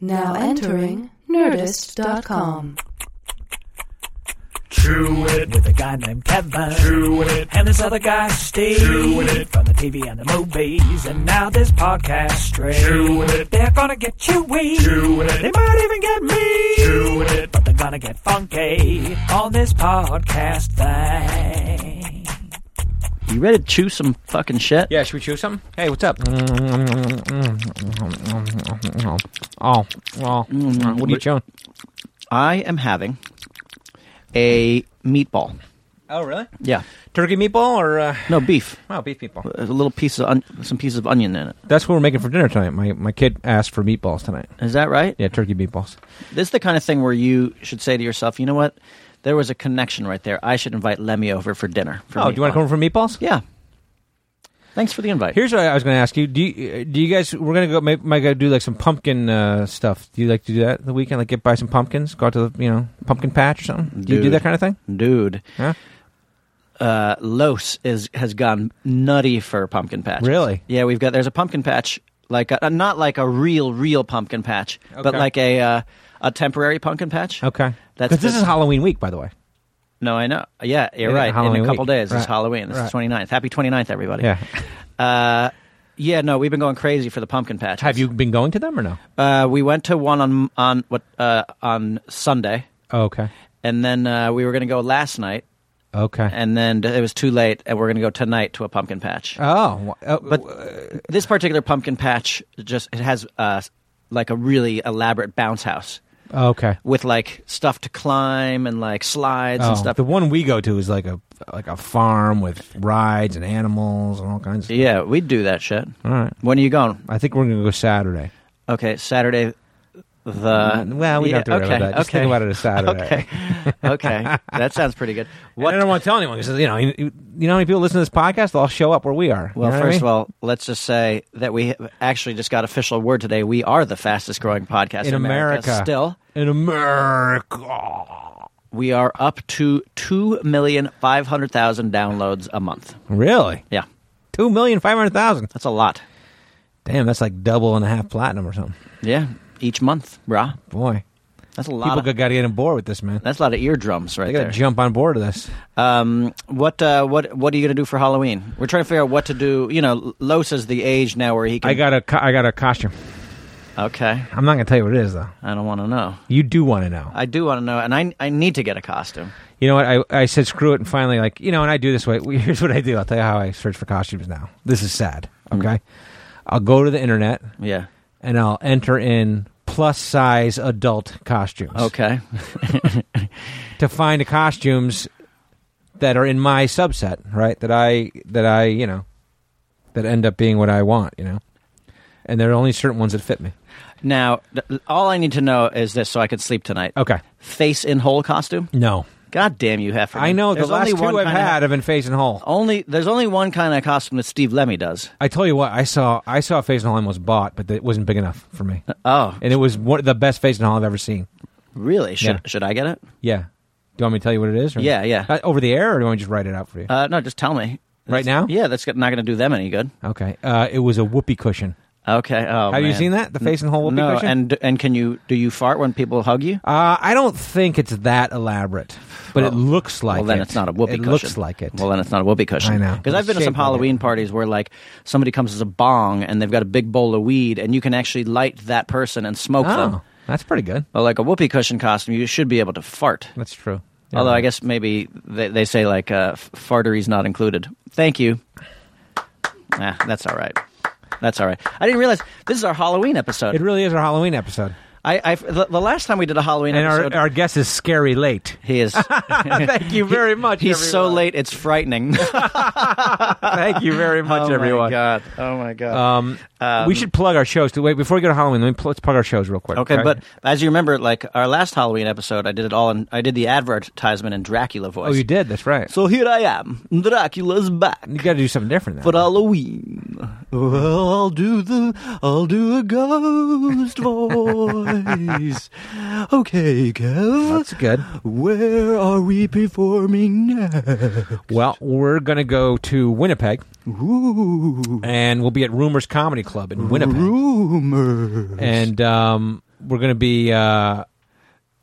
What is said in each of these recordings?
Now entering Nerdist.com. Chewing with a guy named Kevin. Chewing And this other guy, Steve. Chewing it. From the TV and the movies. And now this podcast stream. Chewing it. They're gonna get chewy. Chewing They it. might even get me. Chewing it. But they're gonna get funky on this podcast thing. You ready to chew some fucking shit? Yeah, should we chew some? Hey, what's up? Oh, well, Mm-hmm. what are you chewing? I am having a meatball. Oh, really? Yeah. Turkey meatball or uh, No, beef. wow, beef meatball? A little piece of on- some pieces of onion in it. That's what we're making for dinner tonight. My my kid asked for meatballs tonight. Is that right? Yeah, turkey meatballs. This is the kind of thing where you should say to yourself, you know what? There was a connection right there. I should invite Lemmy over for dinner. For oh, do you want to come over for meatballs? Yeah. Thanks for the invite. Here's what I was going to ask you. Do you uh, do you guys? We're going to go. Might, might go do like some pumpkin uh, stuff. Do you like to do that the weekend? Like get buy some pumpkins. Go out to the you know pumpkin patch or something. Do you do Dude. that kind of thing? Dude, Huh? uh, Los is has gone nutty for pumpkin patch. Really? Yeah, we've got there's a pumpkin patch like a, not like a real real pumpkin patch, but Okay. like a uh, a temporary pumpkin patch. Okay. That's Because this the- is Halloween week, by the way. No, I know. Yeah, you're In right. In Halloween a couple week. days, it's Right. Halloween. This is Right. 29th. Happy 29th, everybody. Yeah. Uh, yeah, no, we've been going crazy for the pumpkin patch. Have you been going to them or no? Uh, we went to one on on what uh, on Sunday, Oh, okay. and then uh, we were going to go last night, Okay. and then it was too late, and we're going to go tonight to a pumpkin patch. oh, wh- oh, but this particular pumpkin patch just it has uh, like a really elaborate bounce house okay. with like stuff to climb and like slides Oh, and stuff. The one we go to is like a like a farm with rides and animals and all kinds. of yeah, we'd do that shit. All right. When are you going? I think we're gonna go Saturday. Okay, Saturday. The Mm, well, we yeah, don't have to worry Uh, okay, about that. Just okay, think about it as Saturday. Okay, okay, that sounds pretty good. What? I don't want to tell anyone because you know you, you know how many people listen to this podcast. They'll all show up where we are. Well, first of all, let's just say that we have actually just got official word today. We are the fastest growing podcast in America, Still, in America, we are up to two million five hundred thousand downloads a month. really Yeah, two million five hundred thousand. that's a lot. Damn, that's like double and a half platinum or something. Yeah, each month, brah. Boy, That's a lot. people Of, got to get on board with this, man. that's a lot of eardrums right They got there. to jump on board with this. Um, what uh, what what are you gonna do for Halloween? We're trying to figure out what to do. You know, Los is the age now where he can. I got a co- I got a costume. Okay, I'm not gonna tell you what it is though. I don't want to know. You do want to know. I do want to know, and I I need to get a costume. You know what? I, I said screw it, and finally, like you know, and I do this way. Here's what I do. I'll tell you how I search for costumes now. This is sad. Hmm. Okay, I'll go to the internet Yeah. and I'll enter in plus size adult costumes. Okay. to find the costumes that are in my subset, right? That I that I you know that end up being what I want. You know, and there are only certain ones that fit me. Now, th- all I need to know is this, so I could sleep tonight. Okay, Face in hole costume. no, God damn you, Heffernan. I know There's the last only one two I've kinda- had have been face and whole. Only there's only one kind of costume that Steve Lemmy does. I tell you what, I saw I saw a face and hole I almost bought, but it wasn't big enough for me. Oh, and it was one, the best face and hall I've ever seen. really? Should Yeah. should I get it? Yeah. Do you want me to tell you what it is? or- Yeah, yeah. Uh, over the air, or do you want me to just write it out for you? Uh, no, just tell me. Right now? Yeah, that's not going to do them any good. okay. Uh, it was a whoopee cushion. Okay. Oh, Have you man. seen that? The face and whole whoopee no, cushion? and and can you do you fart when people hug you? Uh, I don't think it's that elaborate, but it looks like well, then it. it's not a whoopee It cushion. looks like it. Well, then it's not a whoopee cushion. I know. Because I've been to Shaped some like Halloween parties where like somebody comes as a bong and they've got a big bowl of weed and you can actually light that person and smoke them. oh, that's pretty good. But like a whoopee cushion costume, you should be able to fart. That's true. Although I guess maybe they, they say like uh, f- fartery's not included. Thank you. Nah, that's all right. That's all right. I didn't realize this is our Halloween episode. it really is our Halloween episode, I, I the, the last time we did a Halloween and episode, our, our guest is scary late. he is Thank you very much. he's so everyone. late it's frightening. Thank you very much, oh everyone. my god! Oh my god! Um, we should plug our shows. To, wait, before we go to Halloween, let me pl- let's plug our shows real quick. Okay, but as you remember, like our last Halloween episode, I did it all in. I did the advertisement in Dracula voice. oh, you did. That's right. So here I am, Dracula's back you got to do something different. Then. for Halloween. Well, I'll do the, I'll do a ghost voice. Okay, Kev, that's good. where are we performing now? Well, we're gonna go to Winnipeg, Ooh, and we'll be at Rumors Comedy Club in Winnipeg, rumors. and um, we're gonna be uh,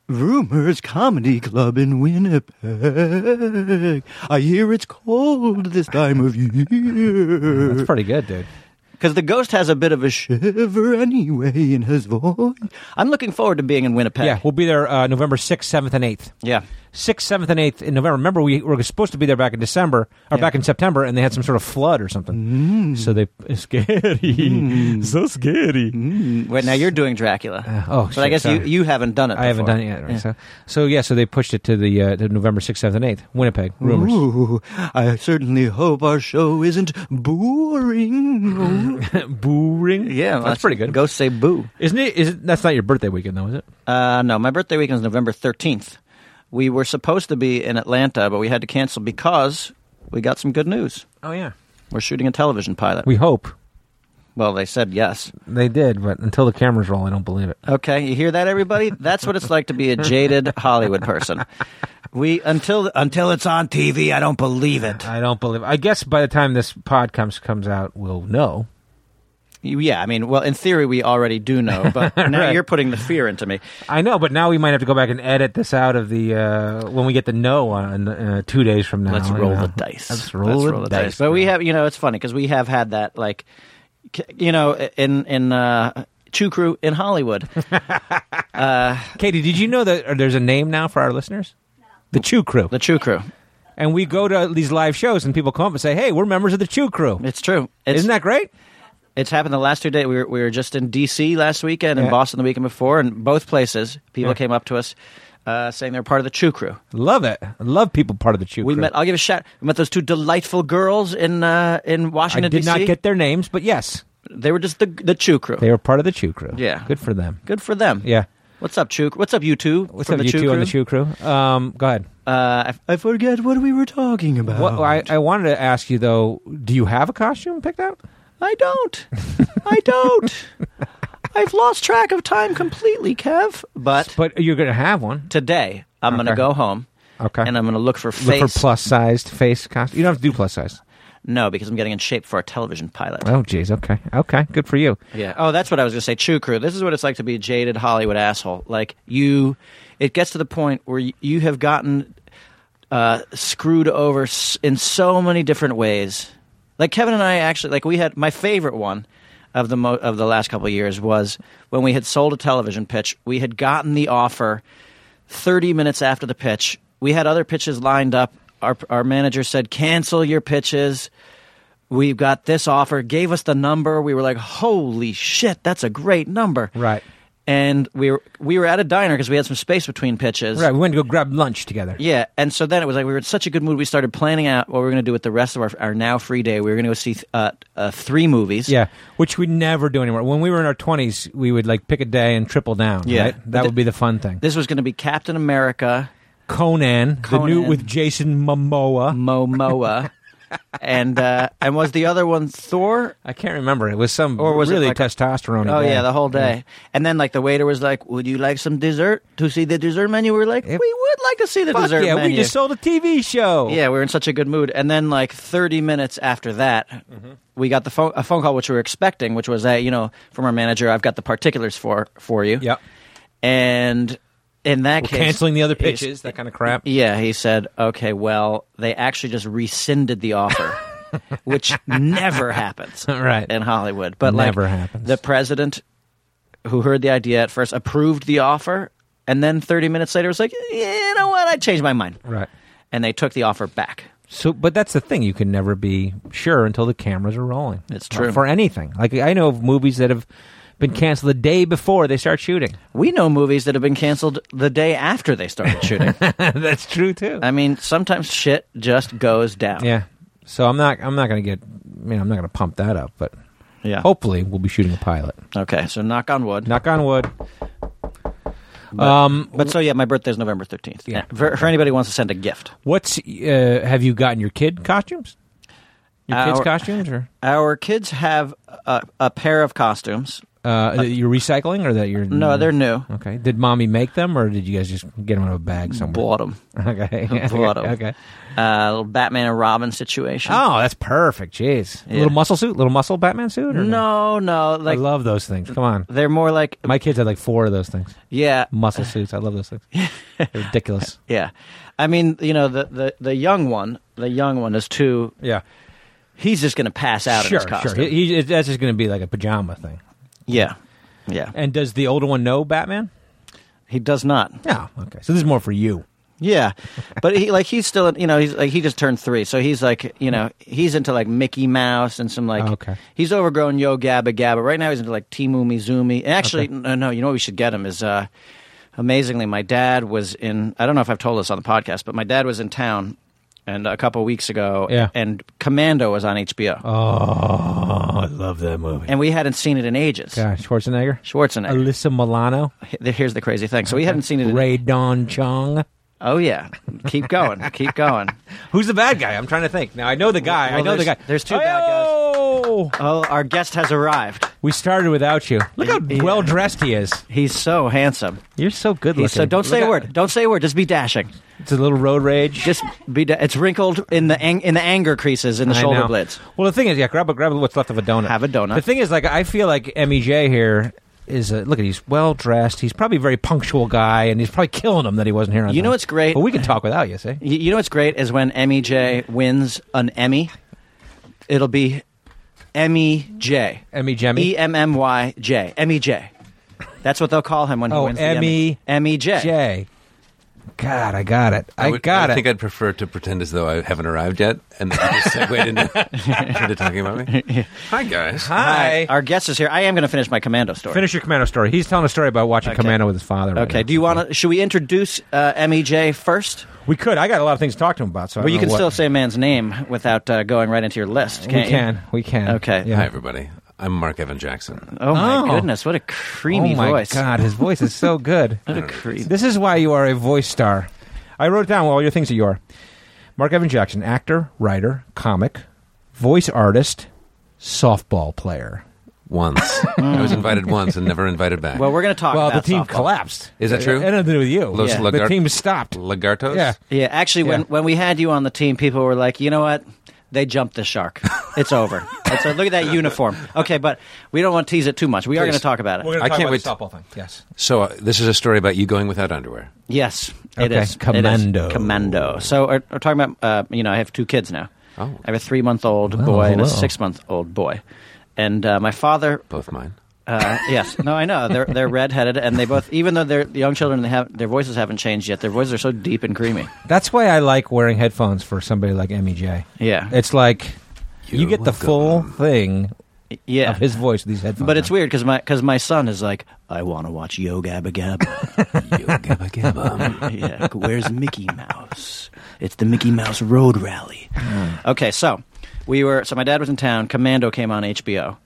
Rumors Comedy Club in Winnipeg. I hear it's cold this time of that's year. pretty good, dude. Because the ghost has a bit of a sh- Ever anyway in his voice. I'm looking forward to being in Winnipeg. Yeah, we'll be there uh, November sixth, seventh, and eighth. Yeah. Sixth, seventh, and eighth in November. Remember, we were supposed to be there back in December or Yeah. back in September, and they had some sort of flood or something. Mm. So they it's scary, so scary. Mm. Wait, now you're doing Dracula. Uh, oh, but shit, I guess sorry. you, you haven't done it. I haven't before. done it yet. Right? Yeah. So, so yeah, so they pushed it to the uh, to November sixth, seventh, and eighth. Winnipeg rumors. Ooh, I certainly hope our show isn't boring. Booring. Yeah, well, that's, pretty good. Ghosts say boo. Isn't it? Is it, that's not your birthday weekend though, is it? Uh, no, my birthday weekend is November 13th. We were supposed to be in Atlanta, but we had to cancel because we got some good news. Oh yeah. We're shooting a television pilot. We hope well, they said yes. they did, but until the cameras roll, I don't believe it. Okay, you hear that, everybody? That's what it's like to be a jaded Hollywood person. We until until it's on TV, I don't believe it. I don't believe. I guess by the time this pod comes comes out, we'll know. Yeah, I mean, well, in theory, we already do know, but now Right. you're putting the fear into me. I know, but now we might have to go back and edit this out of the uh, when we get the no on uh, two days from now. Let's you roll the know. dice. Let's roll, the, dice. But we bro. have, you know, it's funny because we have had that, like, c- you know, in in uh, Chew Crew in Hollywood. Katie, did you know that uh, there's a name now for our listeners? The Chew Crew. The Chew Crew. And we go to these live shows, and people come up and say, "Hey, we're members of the Chew Crew." It's true. It's, Isn't that great? It's happened the last two days. We were, we were just in D.C. last weekend and Yeah. Boston the weekend before, and both places people Yeah. came up to us uh, saying they're part of the Chew Crew. Love it. I love people part of the Chew We Crew. met. I'll give a shout. We met those two delightful girls in uh, in I Washington did D.C. not get their names, but yes, They were just the the Chew Crew. they were part of the Chew Crew. Yeah. good for them. Good for them. Yeah. What's up, Chew? What's up, you two? What's from up, the you Chew two on the Crew? Chew Crew? Um, go ahead. Uh, I- I forget what we were talking about. What, Oh. I, I wanted to ask you though. Do you have a costume picked out? I don't. I don't. I've lost track of time completely, Kev. But But you're going to have one. today I'm going to Okay. go home Okay. and I'm going to look for Look face. for plus sized face costume. You don't have to do plus size. no, because I'm getting in shape for a television pilot. Oh, geez. Okay. Okay. Good for you. Yeah. Oh, that's what I was going to say. Chew crew. This is what it's like to be a jaded Hollywood asshole. Like you, it gets to the point where you, you have gotten uh, screwed over s- in so many different ways. Like Kevin and I actually, like we had my favorite one of the mo- of the last couple of years was when we had sold a television pitch. We had gotten the offer thirty minutes after the pitch. We had other pitches lined up. Our our manager said, "Cancel your pitches." we've got this offer gave us the number we were like holy shit that's a great number Right. and we were we were at a diner because we had some space between pitches Right. We went to go grab lunch together. yeah and so then it was like we were in such a good mood we started planning out what we were going to do with the rest of our, our now free day we were going to go see uh, uh, three movies Yeah, which we never do anymore. When we were in our twenties, we would like pick a day and triple down. Yeah. right? that would be the fun thing. this was going to be captain america Conan, the new Conan. with Jason Momoa. momoa and uh, and was the other one thor I can't remember. It was some Or was it really like- testosterone. Oh yeah, the whole day. And then like the waiter was like, "Would you like some dessert to see the dessert menu?" We were like, Yep. "We would like to see the Fuck dessert yeah, menu." we just sold a TV show. Yeah, we were in such a good mood. And then like 30 minutes after that, we got the phone a phone call which we were expecting, which was, hey, you know, from our manager, I've got the particulars for for you. Yep. And in that We're case, canceling the other he's- pitches, that kind of crap. Yeah, he said, okay, well, they actually just rescinded the offer. Which never happens, Right. In Hollywood, but Never like happens. the president, who heard the idea at first, approved the offer, and then thirty minutes later was like, "You know what? I changed my mind," Right. and they took the offer back. So, but that's the thing. You can never be sure until the cameras are rolling. Uh, It's true. for anything. Like I know of movies that have been canceled the day before they start shooting. We know movies that have been canceled the day after they started shooting. that's true too. I mean, sometimes shit just goes down. yeah. So I'm not. I'm not going to get. You know, I'm not going to pump that up. But Yeah. hopefully, we'll be shooting a pilot. Okay, so knock on wood. Knock on wood. um, But so, yeah, my birthday's November 13th. Yeah. For, for anybody who wants to send a gift. what's uh, have you gotten your kid costumes? Your kids' Our- costumes, or Our kids have a, a pair of costumes. uh, that you're recycling, or that you're No, they're new. okay. Did mommy make them, or did you guys just get them out of a bag somewhere? Bought them. Okay, Bought 'em. okay. Uh, little Batman and Robin situation. Oh, that's perfect. Jeez, Yeah. little muscle suit, little muscle Batman suit. Or no, no, I like love those things. Come on, they're more like my kids had like four of those things. yeah, Muscle suits. I love those things. They're ridiculous. yeah. I mean, you know, the the the young one, the young one is too. Yeah, He's just gonna pass out in sure, his sure. costume. He, he, that's just going to be like a pajama thing. yeah, yeah. And does the older one know Batman? He does not. No. Okay, so this is more for you. Yeah, but he like he's still you know he's like he just turned three, so he's like you know he's into like Mickey Mouse and some like Oh, Okay. he's overgrown Yo Gabba Gabba. Right now he's into like Timu Mizumi. And actually, no, no, you know what we should get him is uh, amazingly my dad was in. I don't know if I've told this on the podcast, but my dad was in town and a couple weeks ago, Yeah. and Commando was on HBO, Oh, I love that movie. and we hadn't seen it in ages. God, Schwarzenegger, Schwarzenegger. Alyssa Milano, Here's the crazy thing. So we hadn't seen it. In, Ray Don Chong. oh yeah, keep going, keep going. Who's the bad guy? I'm trying to think. Now I know the guy. Well, I know the there's- guy. there's two bad guys. Oh! Oh, our guest has arrived. We started without you. Look how Yeah. well dressed he is. He's so handsome. You're so good looking. He's so don't say a word. Don't say a word. Just be dashing. It's a little road rage. Just be. Da- it's wrinkled in the ang- in the anger creases in the I shoulder know. blades. Well, the thing is, yeah, grab a, grab what's left of a donut. Have a donut. The thing is, like, I feel like MEJ here is a, look at he's well dressed. He's probably a very punctual guy, and he's probably killing him that he wasn't here. On You know time. what's great? But we can talk without you. See, Y- you know what's great is when Emmy J wins an Emmy. It'll be Emmy J. Emmy Jemmy. E M M Y J. Emmy J. That's what they'll call him when he Oh, wins the Emmy Emmy. Emmy J. Jay. E God, I got it. I, would- got I it. think I'd prefer to pretend as though I haven't arrived yet, and then just segue into, into talking about me. Hi, guys. Hi. Hi. Our guest is here. I am going to finish my commando story. Finish your commando story. He's telling a story about watching Okay. commando with his father. right Okay. now. Do you want to? Should we introduce uh, Emmy J first? We could. I got a lot of things to talk to him about. So I Well, you don't can know still what- say a man's name without uh, going right into your list. Can't we you? can. We can. Okay. Hi, everybody. I'm Mark Evan Jackson. Oh my Oh. goodness! What a creamy oh my voice. God, his voice is so good. What a creep. this is why you are a voice star. I wrote down all your things that you are. Mark Evan Jackson, actor, writer, comic, voice artist, softball player. Once. I was invited once and never invited back. Well, we're going to talk. well, the about team softball. collapsed. Is that It- true? It had nothing to do with you. Los Yeah. The Lagar- team stopped. Lagartos? Yeah. Yeah, actually, when Yeah. when we had you on the team, people were like, you know what? They jumped the shark. It's over. It's over. Look at that uniform. Okay, but we don't want to tease it too much. We are going to talk about it. I talk can't about the wait. softball thing. Yes. So, uh, this is a story about you going without underwear. Yes, it Okay, is. It is. commando. Commando. So we're, we're talking about. Uh, you know, I have two kids now. Oh. I have a three month old Well, boy and a hello. six month old boy, and uh, my father Both mine. Uh, yes. No, I know they're they're redheaded, and they both, even though they're young children, they have their voices haven't changed yet. Their voices are so deep and creamy. That's why I like wearing headphones for somebody like MEJ. Yeah. It's like you, You're get the full welcome. thing yeah. of his voice with these headphones. but it's on. weird because my because my son is like, I want to watch Yo Gabba Gabba. You gabba gabba. yeah. like, Where's Mickey Mouse? It's the Mickey Mouse Road Rally. Hmm. Okay, so we were so my dad was in town. Commando came on HBO.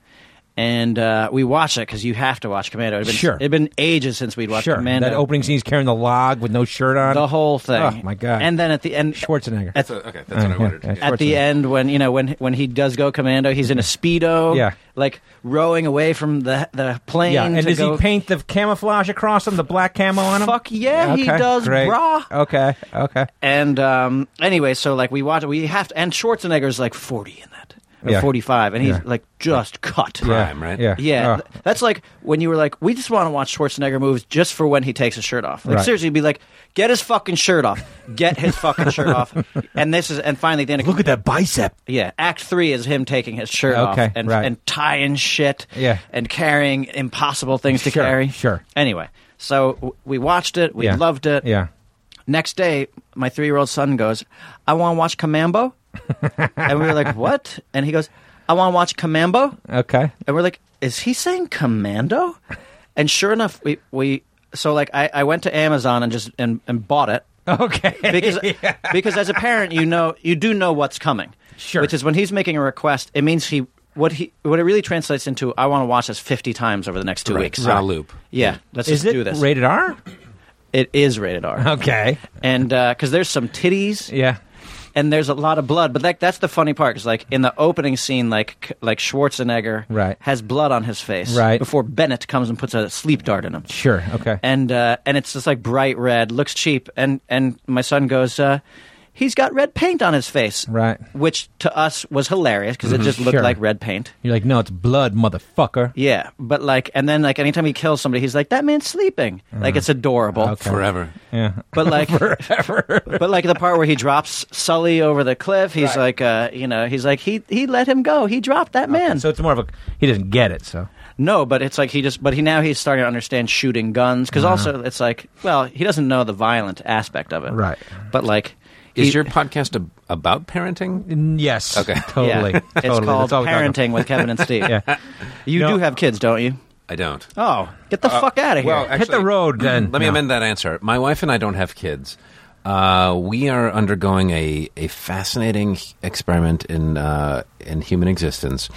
And uh, we watched it because you have to watch Commando. It'd been, Sure. it'd been ages since we'd watched Sure. Commando. That opening scene, he's carrying the log with no shirt on. uh, the whole thing. Oh, my God. And then at the end, Schwarzenegger. at, So, okay, that's what I Yeah, wanted. yeah, at the Schwarzenegger. end when you know when when he does go commando, he's in a speedo, Yeah. like rowing away from the the plane. yeah, and to does go- he paint the camouflage across him, the black camo on him? Fuck yeah, he Okay, does, great. Oh. brah. Okay, okay. And um, anyway, so like we watch, we have to, and Schwarzenegger's like forty in that, or Yeah. forty five, and he's Yeah. like just cut. Prime, right? Yeah. Yeah, Oh. th- that's like when you were like, we just want to watch Schwarzenegger movies just for when he takes his shirt off. Like Right. seriously, you'd be like, get his fucking shirt off, get his fucking shirt off, and this is and finally then Look at that bicep. Yeah, Act Three is him taking his shirt Okay, off and, right. and tying shit, Yeah. and carrying impossible things to Sure, carry. sure. Anyway, so w- we watched it, we Yeah. loved it. Oh, Yeah. Next day, my three-year-old son goes, "I want to watch Commando," and we were like, "What?" And he goes, "I want to watch Commando," Okay. and we're like, "Is he saying Commando?" And sure enough, we we so like I, I went to Amazon and just and, and bought it Okay. because because as a parent you know you do know what's coming Sure. which is when he's making a request it means he what he what it really translates into i want to watch this 50 times over the next two Right. weeks It's on a loop. yeah let's Is just it do this rated R? it is rated r Okay. and because there's some titties Yeah. and there's a lot of blood. But that, that's the funny part because like in the opening scene, like like Schwarzenegger Right. has blood on his face Right. before Bennett comes and puts a sleep dart in him. Sure. Okay. And uh, and it's just like bright red, looks cheap. And and my son goes. Uh, He's got red paint on his face, Right. Mm-hmm. Which to us was hilarious because it just looked Sure. like red paint. You're like, no, it's blood, motherfucker. Yeah, but like, and then like, anytime he kills somebody, he's like, "That man's sleeping." Like, it's adorable. Mm. Okay. Forever. Yeah. But like, but like the part where he drops Sully over the cliff, he's like, uh, you know, he's like, he he let him go. He dropped that man. So it's more of a he doesn't get it. So no, but it's like he just, but he now he's starting to understand shooting guns Uh-huh. because also it's like, well, he doesn't know the violent aspect of it, Right. But like, Is he- your podcast ab- about parenting? yes. Okay. yeah, Totally. it's totally. called That's all we talk about. parenting with Kevin and Steve. Yeah. You No. Uh, do have kids, don't you? I don't. Oh, get the fuck out of here! Well, Hit the road, then. Oh, Let me No. amend that answer. My wife and I don't have kids. Uh, we are undergoing a, a fascinating h- experiment in uh, in human existence,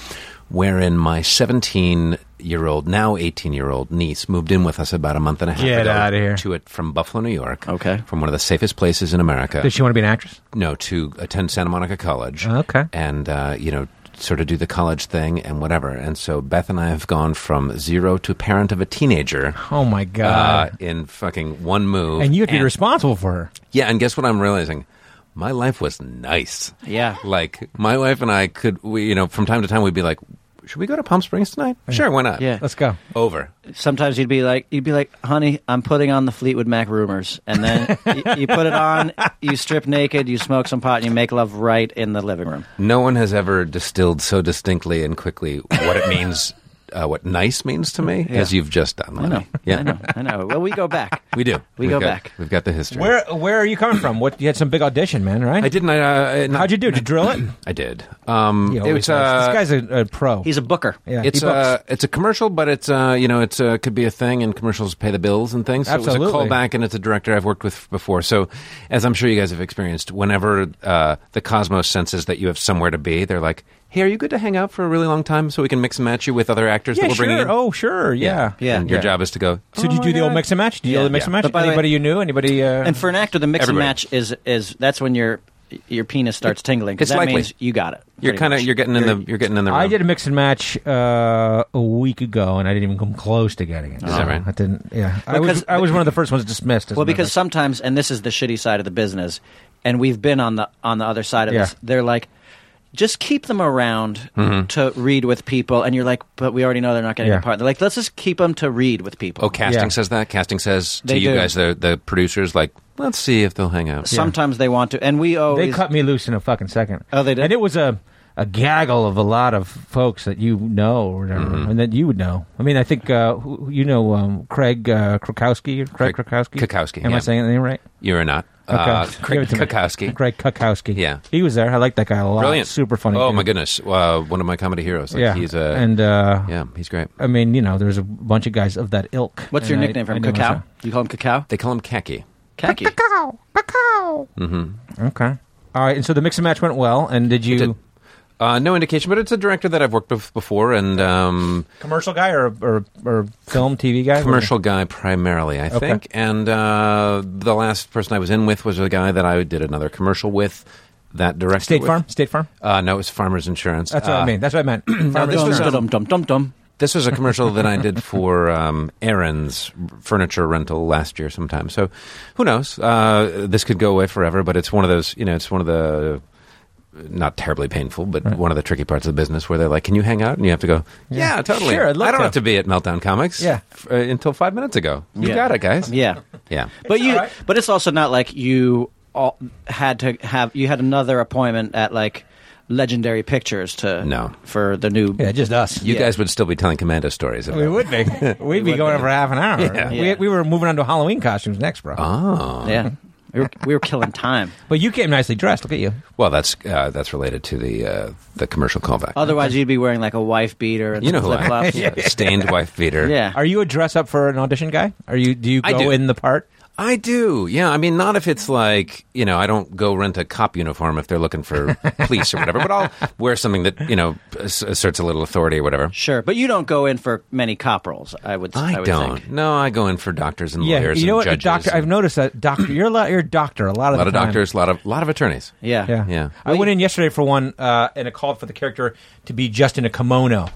wherein my 17 year old, now 18 year old niece moved in with us about a month and a half Get ago outta here. Oh. to it from Buffalo, New York. Okay. from one of the safest places in America. Does she want to be an actress? no, to attend Santa Monica College. Okay. And, uh, you know, sort of do the college thing and whatever. And so Beth and I have gone from zero to parent of a teenager Oh my uh, god. in fucking one move. and you have to be responsible for her. Yeah, and guess what I'm realizing? My life was nice. Yeah. Like, my wife and I could, we, you know, from time to time we'd be like, should we go to Palm Springs tonight? Sure, why not? Yeah. Let's go. Over. sometimes you'd be like you'd be like honey i'm putting on the fleetwood mac rumors and then you, you put it on you strip naked you smoke some pot and you make love right in the living room No one has ever distilled so distinctly and quickly what it means, uh, what nice means to me, as you've just done. i know Lenny. Yeah. i know i know well we go back We do. We We've go got- back. We've got the history. Where Where are you coming from? What you had some big audition, man? Right? I didn't. I, uh, not, How'd you do? Did you drill it? I did. Um, You it always was, nice. uh, this guy's a, a pro. he's a booker yeah. it's he books. a it's a commercial, but it's uh, you know it's uh, could be a thing, and commercials pay the bills and things. So it was Absolutely. a callback, and it's a director I've worked with before. So, as I'm sure you guys have experienced, whenever uh, the cosmos senses that you have somewhere to be, they're like, "Hey, are you good to hang out for a really long time, so we can mix and match you with other actors yeah, that we're sure. bringing in?" Oh, sure. Yeah. Yeah. And your Yeah. job is to go. So did you "Oh do my the old God." mix and match? Did you do Yeah, the mix yeah. and match? But by the way- Anybody you knew? Anybody? Uh, and for an actor the mix Everybody. and match is is that's when your your penis starts tingling 'cause It's that likely. means you got it You're pretty kind of much. you're getting in the you're getting in the. Room. I did a mix and match uh, a week ago, and I didn't even come close to getting it. Is that right? I didn't. Yeah, I was. Because- I was one of the first ones dismissed. as a well matter of because fact. sometimes and this is the shitty side of the business and we've been on the on the other side of Yeah. Mm-hmm. this they're like just keep them around to read with people and you're like but we already know they're not getting Yeah. a part they're like let's just keep them to read with people Oh, casting Yeah. says that. Casting says They to you do. guys, the the producers, like, let's see if they'll hang out. sometimes they want to and we always they cut me loose in a fucking second. Oh, they did? and it was a a gaggle of a lot of folks that you know or whatever, and that you would know. I mean, I think uh, who, you know um, Craig uh, Krakowski. Craig Craig Krakowski. Krakowski, Am I yeah. saying the name right? You are not. Uh, Give it Craig to me. Kukowski. Craig Kukowski. Yeah. he was there. I like that guy a lot. Brilliant. super funny. Oh, dude. my goodness. Uh, one of my comedy heroes. Like, yeah, He's a. and uh, yeah, he's great. I mean, you know, there's a bunch of guys of that ilk. what's your And I- nickname for I him knew cacao myself. you call him cacao They call him Khaki. Mm-hmm. khaki Okay. All right. And so the mix and match went well. And did you did. Uh, no indication, but it's a director that I've worked with before and um, commercial guy or or, or film TV guy? commercial guy primarily, I think. And uh, the last person I was in with was a guy that I did another commercial with. That director. State with- Farm. State Farm. Uh, no, it was Farmers Insurance. That's what Uh, I mean. That's what I meant. Now, this uh, was um, dum dum dum dum This was a commercial that I did for um, Aaron's furniture rental last year sometime. So who knows? Uh, this could go away forever, but it's one of those, you know, it's one of the not terribly painful, but one of the tricky parts of the business where they're like, can you hang out? And you have to go, yeah, totally. Sure, I'd love I don't to." have to be at Meltdown Comics Yeah. f- uh, until five minutes ago. You Yeah. got it, guys. yeah Yeah. but you alright. but it's also not like you all had to have you had another appointment at like legendary pictures to No. for the new yeah, just us. You Yeah. guys would still be telling commando stories. About we would be. We'd be going over half an hour. Yeah. We, we were moving on to Halloween costumes next, bro. Oh. yeah we were, we were killing time But you came nicely dressed. Look at you. Well, that's uh, that's related to the uh, the commercial callback. Otherwise, you'd be wearing like a wife beater and you know who flip I flops. am. Stained wife beater. yeah. Are you a dress up for an audition guy? Are you? Do you I go do. in the part? I do. Yeah. I mean, not if it's like, you know, I don't go rent a cop uniform if they're looking for police or whatever, but I'll wear something that, you know, ass- asserts a little authority or whatever. Sure, but you don't go in for many cop roles. I would. I, I, would don't. Think. No, I go in for doctors and Yeah, lawyers you know and what? a judges. Doctor, I've and noticed that doctor. You're a lot. You're a doctor. A lot a of lot the of time. doctors, a lot of, lot of attorneys. Yeah. Yeah, Yeah. I went in yesterday for one, uh, and it called for the character to be just in a kimono,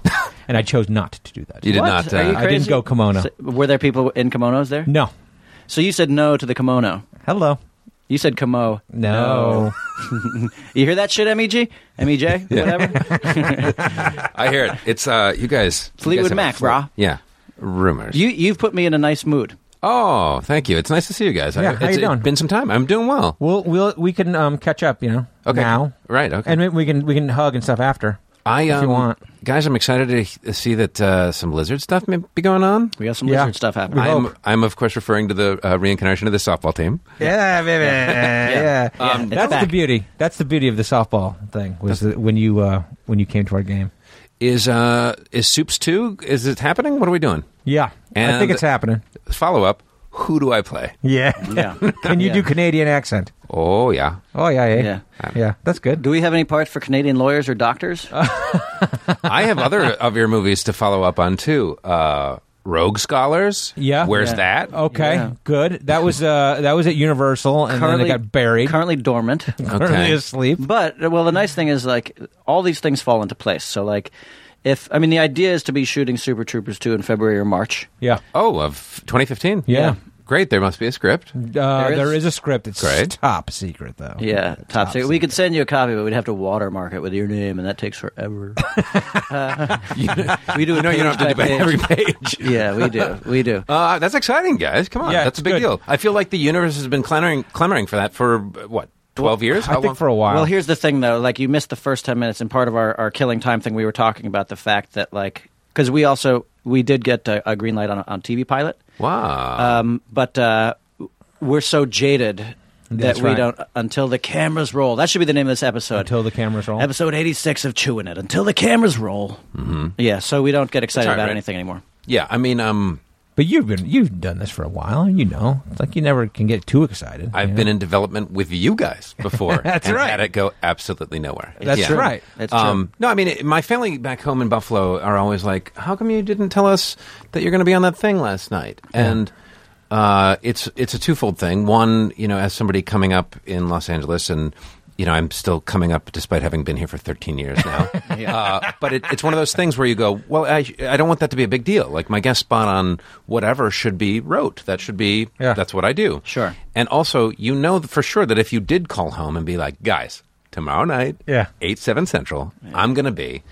and I chose not to do that. You did What? not. Are you Uh, I didn't crazy? go kimono. So- were there people in kimonos there? No. So you said no to the kimono. Hello. You said kimo. No. You hear that shit, E MEG? MEJ? Whatever. I hear it. It's uh, you guys. you Fleetwood guys have a Mac, brah. Yeah. Rumors. you you've put me in a nice mood. oh, thank you. It's nice to see you guys. Yeah, I, how it's, you doing? It's been some time. I'm doing well. We'll we'll we can um, catch up. You know. Okay. Now. Right. Okay. And we can we can hug and stuff after. I if um, you want. guys, I'm excited to h- see that uh, some lizard stuff may be going on. We got some Yeah. lizard stuff happening. I'm, I'm of course referring to the uh, reincarnation of the softball team. Yeah, baby. yeah. Um, it's That's the back. beauty. That's the beauty of the softball thing was that when you uh, when you came to our game. Is uh, is soups too? Is it happening? What are we doing? Yeah. I think And- it's happening. Follow up. Who do I play? Yeah. yeah. Can you Yeah. do Canadian accent? Oh yeah. Oh yeah, yeah, Yeah. yeah. that's good. Do we have any parts for Canadian lawyers or doctors? I have other of your movies to follow up on too. Uh, Rogue Scholars. Yeah. Oh. Where's Yeah. that? Okay, Yeah. good. That was uh, that was at Universal, and Currently- then it got buried. currently dormant. Currently Okay. asleep. But well, the nice thing is like all these things fall into place. So like, if I mean the idea is to be shooting Super Troopers two in February or March. Yeah, Oh, of 2015. Yeah. Great. There must be a script. uh, is- there is a script. It's Great. top secret though. Yeah, top, secret. We could send you a copy, but we'd have to watermark it with your name, and that takes forever. Uh, we do. it No, you don't page have to do by page. every page. Yeah, we do. We do. Uh, that's exciting, guys. Come on, Yeah, that's a it's big good. deal. I feel like the universe has been clamoring, clamoring for that for uh, what twelve years. I How think long? for a while. Well, here's the thing, though. Like, you missed the first 10 minutes, and part of our, our killing time thing, we were talking about the fact that, like, because we also, we did get a, a green light on, on TV pilot, wow. um, but uh, we're so jaded that That's we right. don't, until the cameras roll. That should be the name of this episode. until the cameras roll. episode 86 of Chewing It, until the cameras roll. Mm-hmm. Yeah, so we don't get excited all about right. anything anymore. yeah, I mean, um, But you've been you've done this for a while. You know, it's like you never can get too excited. I've you been know? in development with you guys before. That's and right. Had it go absolutely nowhere. That's Yeah. true. right. That's true. Um, no, I mean, it, my family back home in Buffalo are always like, "How come you didn't tell us that you're going to be on that thing last night?" And uh, it's it's a twofold thing. One, you know, as somebody coming up in Los Angeles, and you know, I'm still coming up despite having been here for 13 years now. uh, but it, it's one of those things where you go, "Well, I I don't want that to be a big deal. Like my guest spot on whatever should be rote. That should be Yeah. that's what I do. Sure. And also, you know for sure that if you did call home and be like, guys, tomorrow night, Yeah. eight seven central, I'm going to be.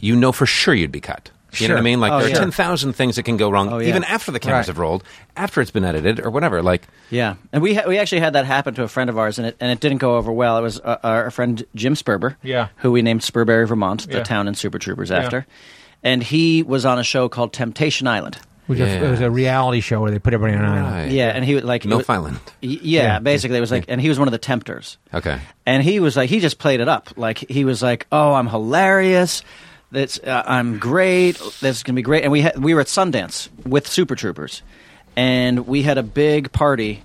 You know for sure you'd be cut. You know Sure. what I mean? Like Oh, there yeah. are ten thousand things that can go wrong, Oh, yeah. even after the cameras Right. have rolled, after it's been edited or whatever. Like, Yeah, and we ha- we actually had that happen to a friend of ours, and it and it didn't go over well. It was uh, our friend Jim Sperber, Yeah. who we named Sperberry, Vermont, the Yeah. town in Super Troopers after, and he was on a show called Temptation Island. It was, a, it was a reality show where they put everybody on an island. Right. Yeah, and he would, like it Milf was- Island. Y- yeah, basically it was like, and he was one of the tempters. okay, And he was like, he just played it up. Like he was like, "Oh, I'm hilarious. That's uh, I'm great. This is gonna be great." And we ha- we were at Sundance with Super Troopers, and we had a big party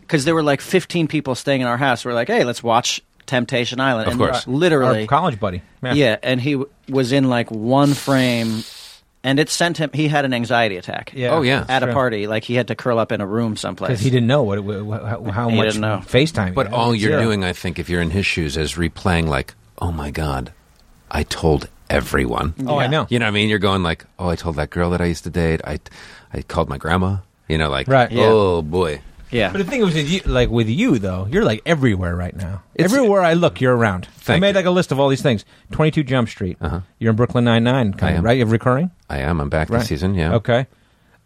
because there were like 15 people staying in our house. We are like, "Hey, let's watch Temptation Island." Of and course. Our literally, college buddy. yeah. And he w- was in like one frame, and it sent him. He had an anxiety attack. Yeah. Oh, yeah. At a Sure. party, like he had to curl up in a room someplace. because he didn't know what it, wa- how, how He much didn't know. FaceTime. he but had. all you're Zero. doing, I think, if you're in his shoes, is replaying like, "Oh my god, I told everyone." Oh, I know. You know what I mean? You're going like, "Oh, I told that girl that I used to date. I, I called my grandma." You know, like, Right. Yeah. Oh boy. Yeah. But the thing was, that you, like with you though, you're like everywhere right now. everywhere I look, you're around. I Thank made you. like a list of all these things. Twenty two Jump Street. Uh-huh. You're in Brooklyn Nine Nine, I am. right? You're recurring. I am. I'm back Right. this season. Yeah. Okay.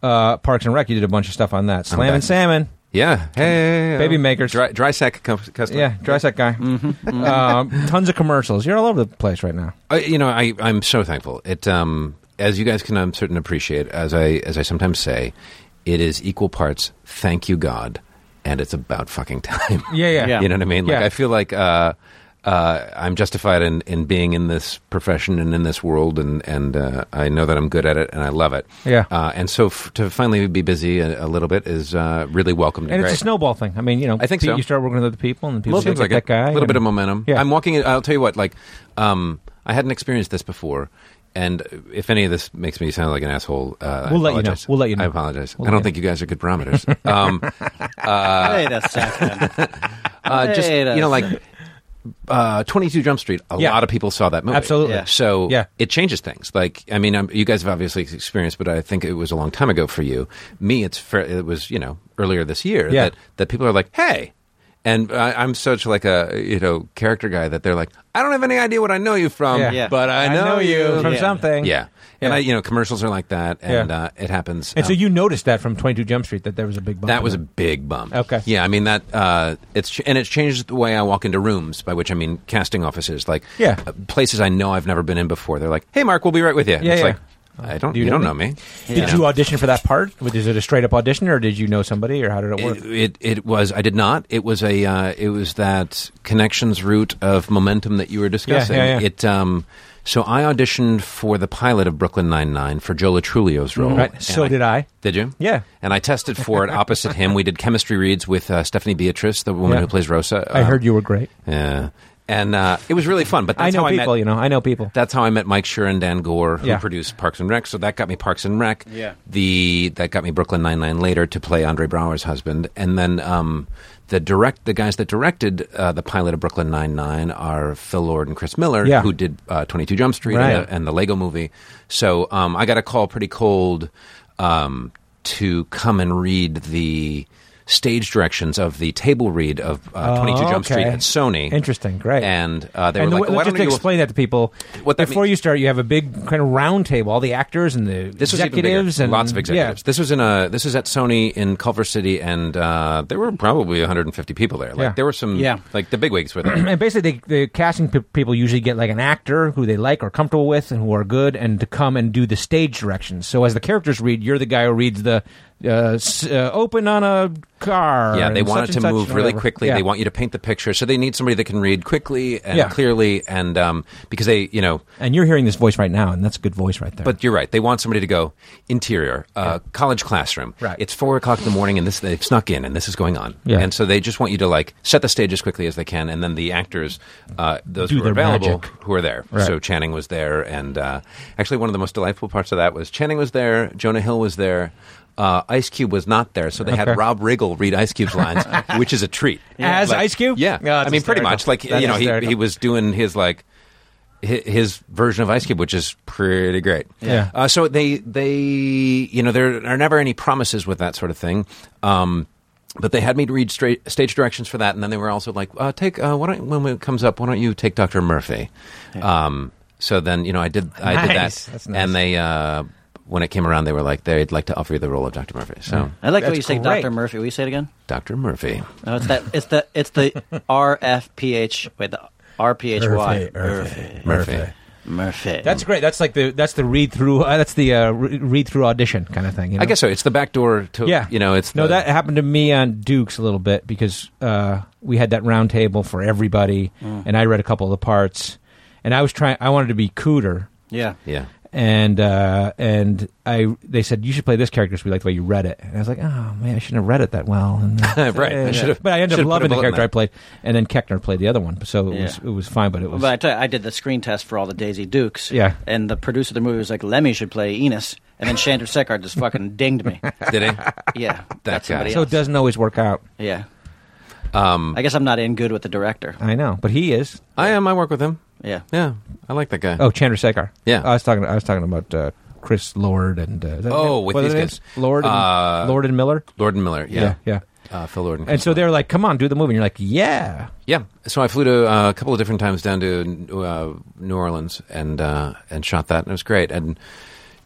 Uh, Parks and Rec. You did a bunch of stuff on that. Slam and back. Salmon. Yeah. Hey. Baby uh, makers. Dry, dry sack cu- customer. Yeah, dry set guy. Mm-hmm. Um, tons of commercials. You're all over the place right now. I, Uh, you know, I I'm so thankful. It um as you guys can I'm certain appreciate as I as I sometimes say, it is equal parts thank you God and it's about fucking time. Yeah, yeah. Yeah. You know what I mean? Like Yeah. I feel like uh uh, I'm justified in, in being in this profession and in this world, and and uh, I know that I'm good at it and I love it. Yeah. Uh, and so f- to finally be busy a, a little bit is uh, really welcome. and it's a snowball thing. I mean, you know, I think pe- so. you start working with other people, and people Well, say, seems like that it. guy. A little bit of momentum. Yeah. I'm walking. in- I'll tell you what. Like, um, I hadn't experienced this before, and if any of this makes me sound like an asshole, uh, I We'll let you know. apologize. We'll let you know. I apologize. We'll let I don't you think you guys are good barometers. um, Wait a second. uh, just Wait a you know, like second. uh, 22 Jump Street. A Yeah. lot of people saw that movie. Absolutely. Yeah. So Yeah. it changes things. Like, I mean, um you guys have obviously experienced, but I think it was a long time ago for you. Me, it's fair, it was you know earlier this year Yeah. that that people are like, hey. And I, I'm such like a you know character guy that they're like, I don't have any idea what I know you from, Yeah. Yeah. but I know, you from Yeah. something. Yeah, and Yeah. I you know commercials are like that, and Yeah. uh, it happens. and so um, you noticed that from Twenty Two Jump Street that there was a big bump. that in was a it. big bump. Okay. Yeah, I mean that. Uh, it's ch- and it's changed the way I walk into rooms, by which I mean casting offices, like Yeah. uh, places I know I've never been in before. They're like, "Hey, Mark, we'll be right with you." And Yeah, it's yeah. like I don't. Do you, you know don't me?" know me. Did you audition for that part? Was- Is it a straight up audition, or did you know somebody, or how did it work? It, it it was. I did not. It was a. Uh, it was that connections route of momentum that you were discussing. yeah, yeah. It. Um, so I auditioned for the pilot of Brooklyn Nine Nine for Joe Latrulio's role. right. and So did I. Did you? Yeah. And I tested for it opposite him. We did chemistry reads with uh, Stephanie Beatrice, the woman Yeah. who plays Rosa. I heard you were great. Yeah, and uh, it was really fun. But I that's know how people. I met. you know, I know people. That's how I met Mike Schur and Dan Gore, who Yeah. produced Parks and Rec. So that got me Parks and Rec. Yeah. The that got me Brooklyn Nine Nine later to play Andre Brower's husband, and then um, the direct the guys that directed uh, the pilot of Brooklyn Nine Nine are Phil Lord and Chris Miller, Yeah. who did uh, Twenty Two Jump Street Right. and, the, and the Lego Movie. So um, I got a call pretty cold um, to come and read the. Stage directions of the table read of uh, Oh, 22 Jump Street okay. at Sony. Interesting, great. And uh, they and were the like, way- "Why just don't to you explain that to people, What that before means- you start, you have a big kind of round table, all the actors and the This was even bigger. executives and lots of yeah. executives. This was in a this was at Sony in Culver City, and uh, there were probably 150 people there. Like Yeah. there were some, Yeah. like the bigwigs were there. and basically they, the casting pe- people usually get like an actor who they like or comfortable with and who are good and to come and do the stage directions so as the characters read you're the guy who reads the uh, s- uh, open on a car yeah, they and wanted such to and such move and really whatever. quickly. Yeah. They want you to paint the picture, so they need somebody that can read quickly and Yeah. clearly, and um, because they, you know, and you're hearing this voice right now and that's a good voice right there But you're right. They want somebody to go interior, uh, college classroom. Right. It's four o'clock in the morning, and this they've snuck in, and this is going on. Yeah. And so they just want you to like set the stage as quickly as they can, and then the actors, uh, those Do who are their available, magic. who are there. Right. So Channing was there, and uh, actually one of the most delightful parts of that was Channing was there, Jonah Hill was there. Uh, Ice Cube was not there, so they Okay. had Rob Riggle read Ice Cube's lines, which is a treat. As Ice Cube? yeah. No, that's I mean, pretty hysterical. much like That's you know he, hysterical. he was doing his like hi- his version of Ice Cube, which is pretty great. Yeah. Uh, so they they you know there are never any promises with that sort of thing. Um, but they had me read straight, stage directions for that, and then they were also like, uh, "Take uh, why don't, when it comes up, why don't you take Doctor Murphy?" Um, so then you know I did I did Nice. that, That's nice. and they uh, when it came around, they were like, "They'd like to offer you the role of Doctor Murphy." So Mm-hmm. I like what That's you say, great. Doctor Murphy. Will you say it again? Doctor Murphy. No, it's that. It's the. It's the R F P H. Wait, the R P H Y. Murphy. Murphy. Murphy. that's great that's like the that's the read through uh, that's the uh, re- read through audition kind of thing you know? I guess so. It's the back door to Yeah. you know. It's No, the- that happened to me on Dukes a little bit because uh, we had that round table for everybody, Mm. and I read a couple of the parts, and I was trying. I wanted to be cooter, yeah. yeah. and uh, and I they said you should play this character because we like the way you read it, and I was like, oh man, I shouldn't have read it that well, and, Right. I should've- But I ended up loving should've put a the bullet in character that. I played, and then Keckner played the other one, so it was Yeah. it was fine, but it was But I, tell you, I did the screen test for all the Daisy Dukes. Yeah. And the producer of the movie was like, Lemmy should play Enos. And then Shandra Sekar just fucking dinged me. Did he? Yeah. That that's somebody guy. so it else. doesn't always work out. Yeah. Um, I guess I'm not in good with the director. I know, but he is. I am. I work with him. Yeah. Yeah, I like that guy. Oh, Chandra Sekhar. Yeah. I was talking. I was talking about uh, Chris Lord and uh, is that Oh, him? with What are these their guys. names? Lord, and, Uh, Lord and Miller. Lord and Miller. Yeah, yeah. Uh, Phil Lord. And And, Chris so Miller. they're like, "Come on, do the movie." And you're like, "Yeah." Yeah. So I flew to uh, a couple of different times down to uh, New Orleans and uh, and shot that, and it was great. And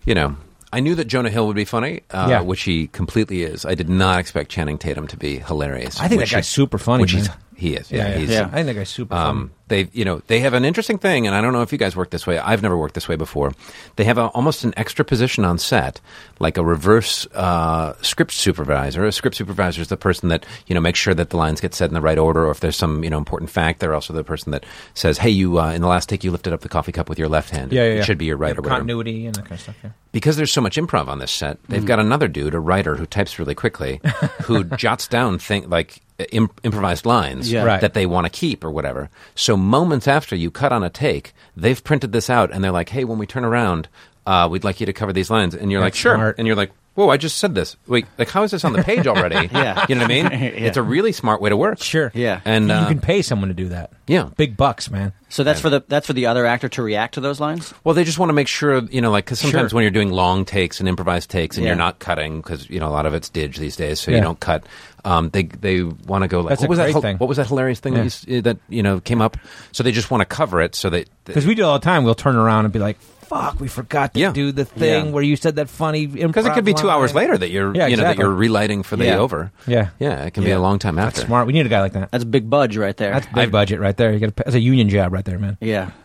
you know, I knew that Jonah Hill would be funny, uh, Yeah. which he completely is. I did not expect Channing Tatum to be hilarious. I think that which guy's he- super funny, Which he's, man. he is. Yeah. he's, I think that guy's super Um, They, you know, they have an interesting thing, and I don't know if you guys work this way. I've never worked this way before. They have a, almost an extra position on set, like a reverse uh, script supervisor. A script supervisor is the person that you know makes sure that the lines get said in the right order, or if there's some you know important fact, they're also the person that says, "Hey, you uh, in the last take, you lifted up the coffee cup with your left hand. Yeah, yeah, it yeah. should be your right or whatever." Continuity and that kind of stuff. Yeah. because there's so much improv on this set, they've got Mm. another dude, a writer who types really quickly, who jots down thing like Im- improvised lines Yeah. Right. that they want to keep or whatever. So moments after you cut on a take, they've printed this out and they're like, "Hey, when we turn around, uh, we'd like you to cover these lines." And you're That's like, "Sure," smart. and you're like. Whoa! I just said this. Wait, like, how is this on the page already? Yeah. you know what I mean. Yeah. It's a really smart way to work. Sure. Yeah. and you uh, can pay someone to do that. yeah, Big bucks, man. So that's for the that's for the other actor to react to those lines. Well, they just want to make sure, you know, like, because sometimes Sure. when you're doing long takes and improvised takes and Yeah. you're not cutting, because, you know, a lot of it's dig these days, so Yeah. you don't cut, um, they they want to go, like, That's a what was, that great hil- thing. what was that hilarious thing Yeah. that, you, s- uh, that, you know, came up? So they just want to cover it so that. Because we do it all the time. We'll turn around and be like, "Fuck, we forgot to Yeah. do the thing Yeah. where you said that funny." Because it could be two hours later that you're, Yeah, you know, exactly. that you're relighting for the Yeah. over. Yeah. Yeah, it can be a long time after. That's smart. We need a guy like that. That's big budge right there. That's big budget right there. You got that's a union job right there, man. yeah.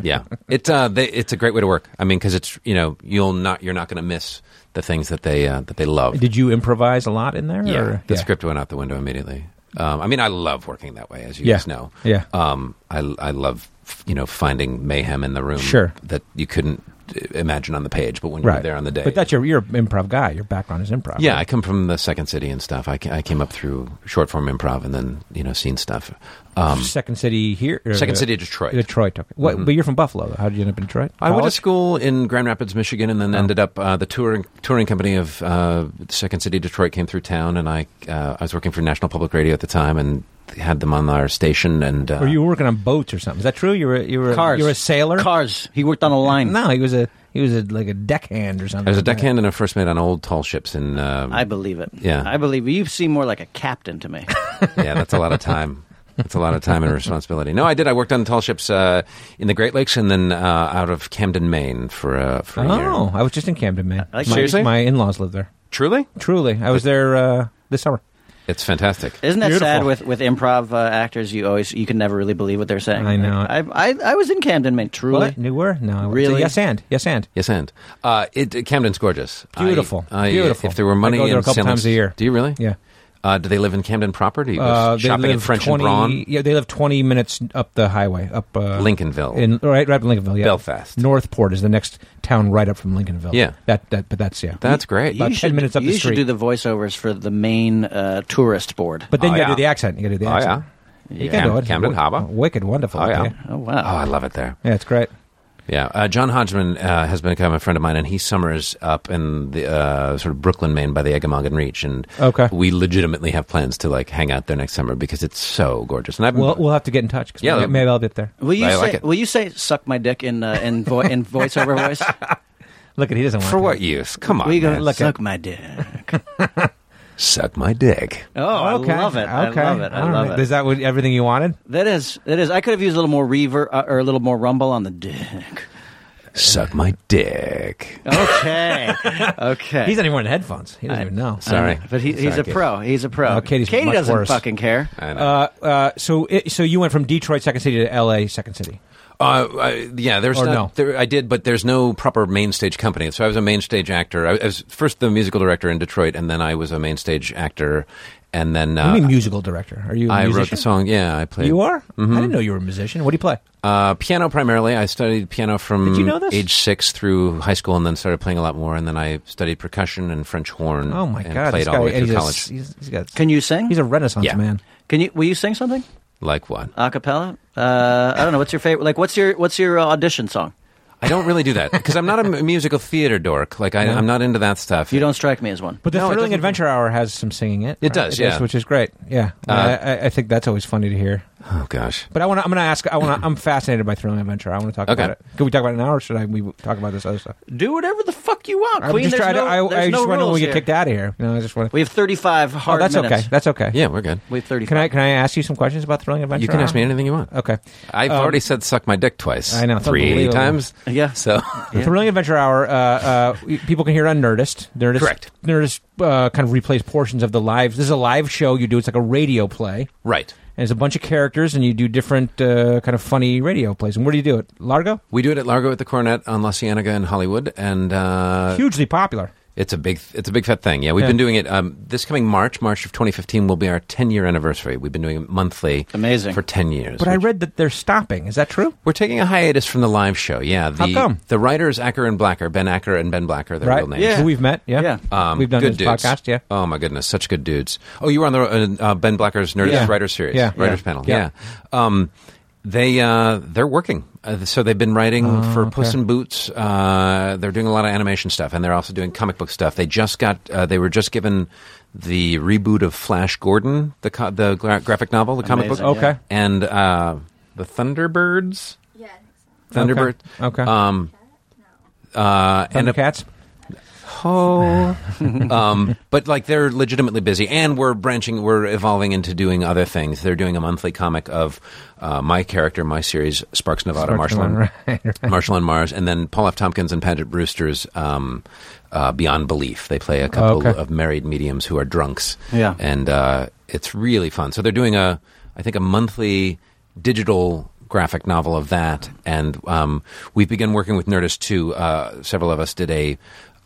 Yeah, it's uh, they, it's a great way to work. I mean, because it's you know you'll not you're not going to miss the things that they uh, that they love. Did you improvise a lot in there? Yeah, or? the script went out the window immediately. Um, I mean, I love working that way, as you Yeah. guys know. Yeah. Um, I I love f- you know finding mayhem in the room. Sure. That you couldn't uh, imagine on the page, but when you were there on the day. But that's your you're an improv guy. Your background is improv. yeah, I come from the Second City and stuff. I, ca- I came up through short form improv and then you know scene stuff. Um, Second City here. or Second the- City, Detroit. Mm-hmm. Detroit. Okay. What, But you're from Buffalo. though. How did you end up in Detroit? I went to College? Oh. school in Grand Rapids, Michigan, and then ended up uh, the touring touring company of uh, Second City Detroit came through town, and I uh, I was working for National Public Radio at the time, and had them on our station. And uh, Or you were working on boats or something? Is that true? You were you were Cars. you were a sailor. Cars. He worked on a line. No, he was a he was a, like a deckhand or something. I was a like that. deckhand and a first mate on old tall ships, and um, I believe it. Yeah. I believe you seem more like a captain to me. yeah, that's a lot of time. That's a lot of time and responsibility. No, I did. I worked on tall ships uh, in the Great Lakes and then uh, out of Camden, Maine, for uh, for a year. Oh, I was just in Camden, man. I like my, Seriously? my in-laws live there. Truly, Truly, I was there uh, this summer. it's fantastic. Isn't that Beautiful. sad with, with improv uh, actors? You always you can never really believe what they're saying. I know I I, I was in Camden, Maine. Truly. What? You were? No, I was- Really? Yes, and yes, and Yes, and uh, it, Camden's gorgeous. I- Beautiful. I- Beautiful. If there were I money go there in a couple San Luis- times a year. do you really? yeah. Uh, do they live in Camden proper? Do you go Uh, they shopping at live French 20, and Braun, Yeah, they live twenty minutes up the highway, up uh, Lincolnville? in right, right up in Lincolnville. Yeah, Oh. Belfast. Northport is the next town right up from Lincolnville. Yeah. that that, but that's yeah. that's great. You About 10 should, minutes up the you street. should do the voiceovers for the main uh, tourist board. but then Oh, you got to yeah. do the accent. You got to do the Oh, accent. yeah. You can do it. Camden Wi- Harbor. Wicked, wonderful. Oh, yeah. oh Oh, wow! I love it there. yeah, it's great. Yeah, uh, John Hodgman uh, has become a friend of mine, and he summers up in the uh, sort of Brooklyn, Maine, by the Eggamogan Reach, and Okay. we legitimately have plans to like hang out there next summer because it's so gorgeous. And I've been- We'll we'll have to get in touch. 'cause Yeah, maybe, that- maybe I'll be up there. Will you I say like it. Will you say "suck my dick" in uh, in, vo- in voiceover voice? Look, at he doesn't want for to. what use? Come on, we go man. look suck my dick. suck my dick. Oh, Okay. I love it! I Okay. love it! I All love right. it! Is that what, everything you wanted? That is that is. I could have used a little more reverb uh, or a little more rumble on the dick. Suck my dick. Okay, okay. He's not even wearing headphones. He doesn't even know. Sorry, but he, he's Sorry, a kid. pro. He's a pro. Oh, Katie's Katie much doesn't worse. fucking care. I know. Uh, uh, so, it, so you went from Detroit Second City to L.A. Second City. Uh, I, yeah, there's Or not, no? There, I did, but there's no proper main stage company. So I was a main stage actor. I, I was first the musical director in Detroit, and then I was a main stage actor, and then uh, What do you mean musical director? Are you? a I wrote musician? the song. Yeah, I played. Mm-hmm. You are. I didn't know you were a musician. What do you play? Uh, piano primarily. I studied piano from Did you know this? age six through high school, and then started playing a lot more. And then I studied percussion and French horn. Oh my and god! Played this all the guy- way he's through a- college. he's- he's got- Can you sing? He's a Renaissance Yeah. man. Can you? Will you sing something? Like what? a cappella uh, i don't know what's your favorite like what's your what's your uh, audition song I don't really do that because I'm not a m- musical theater dork. Like I, I'm not into that stuff. you don't strike me as one But the No, it Thrilling doesn't- Adventure Hour has some singing in it. It does, yeah. which is great. Yeah, Uh, I, I, I think that's always funny to hear. Oh gosh. But I want. to. I'm going to ask. I want. to I'm fascinated by Thrilling Adventure. I want to talk Okay. about it. Can we talk about it now, or should I? We talk about this other stuff. do whatever the fuck you want I'm queen just there's trying no, to. I, there's I just no want to rules when you here. kicked out of here. No, I just want. to. we have 35 hard that's minutes okay. That's okay. Yeah, we're good. we have 35 Can I? Can I ask you some questions about Thrilling Adventure? You can ask me Hour? anything you want. Okay. I've Um, already said suck my dick twice. I know, it's Three unbelievable. times. yeah So The Thrilling Adventure Hour. Uh, uh, we- people can hear it on Nerdist. Nerdist. Correct. Nerdist uh, kind of replays portions of the live. This is a live show you do. It's like a radio play. Right. And it's a bunch of characters, and you do different uh, kind of funny radio plays. And where do you do it? Largo, We do it at Largo at the Coronet on La Cienega in Hollywood, and uh, hugely popular. It's a big, it's a big fat thing. Yeah, we've been doing it. Um, this coming March, March of 2015, will be our 10 year anniversary. We've been doing it monthly, Amazing. for 10 years. But I which- read that they're stopping. Is that true? we're taking a hiatus from the live show. Yeah, the How come? the writers Acker and Blacker, Ben Acker and Ben Blacker, their right. real names. Yeah. Who we've met. Yeah. Yeah. Um, we've done good this dudes. podcast. Yeah. Oh my goodness, such good dudes. Oh, you were on the uh, uh, Ben Blacker's Nerdist Yeah. Writers Series, Yeah. Writers Yeah. Panel. Yeah. Yeah. Um, they uh, they're working, uh, so they've been writing Oh, for Puss in Boots. Uh, they're doing a lot of animation stuff, and they're also doing comic book stuff. They just got uh, they were just given the reboot of Flash Gordon, the co- the gra- graphic novel, the comic Amazing, book, Okay. Yeah. and uh, the Thunderbirds. Yeah, I think so. Thunderbirds. Okay. Um, uh, and a- Thundercats. Oh. um, but like they're legitimately busy, and we're branching, we're evolving into doing other things. They're doing a monthly comic of uh, my character, my series, Sparks Nevada, Sparks Marshall, Nevada, on, Marshall on Mars, and then Paul F. Tompkins and Paget Brewster's um, uh, Beyond Belief. They play a couple Okay. of married mediums who are drunks, Yeah. and uh, it's really fun. So they're doing a, I think, a monthly digital graphic novel of that, and um, we've begun working with Nerdist too. Uh, several of us did a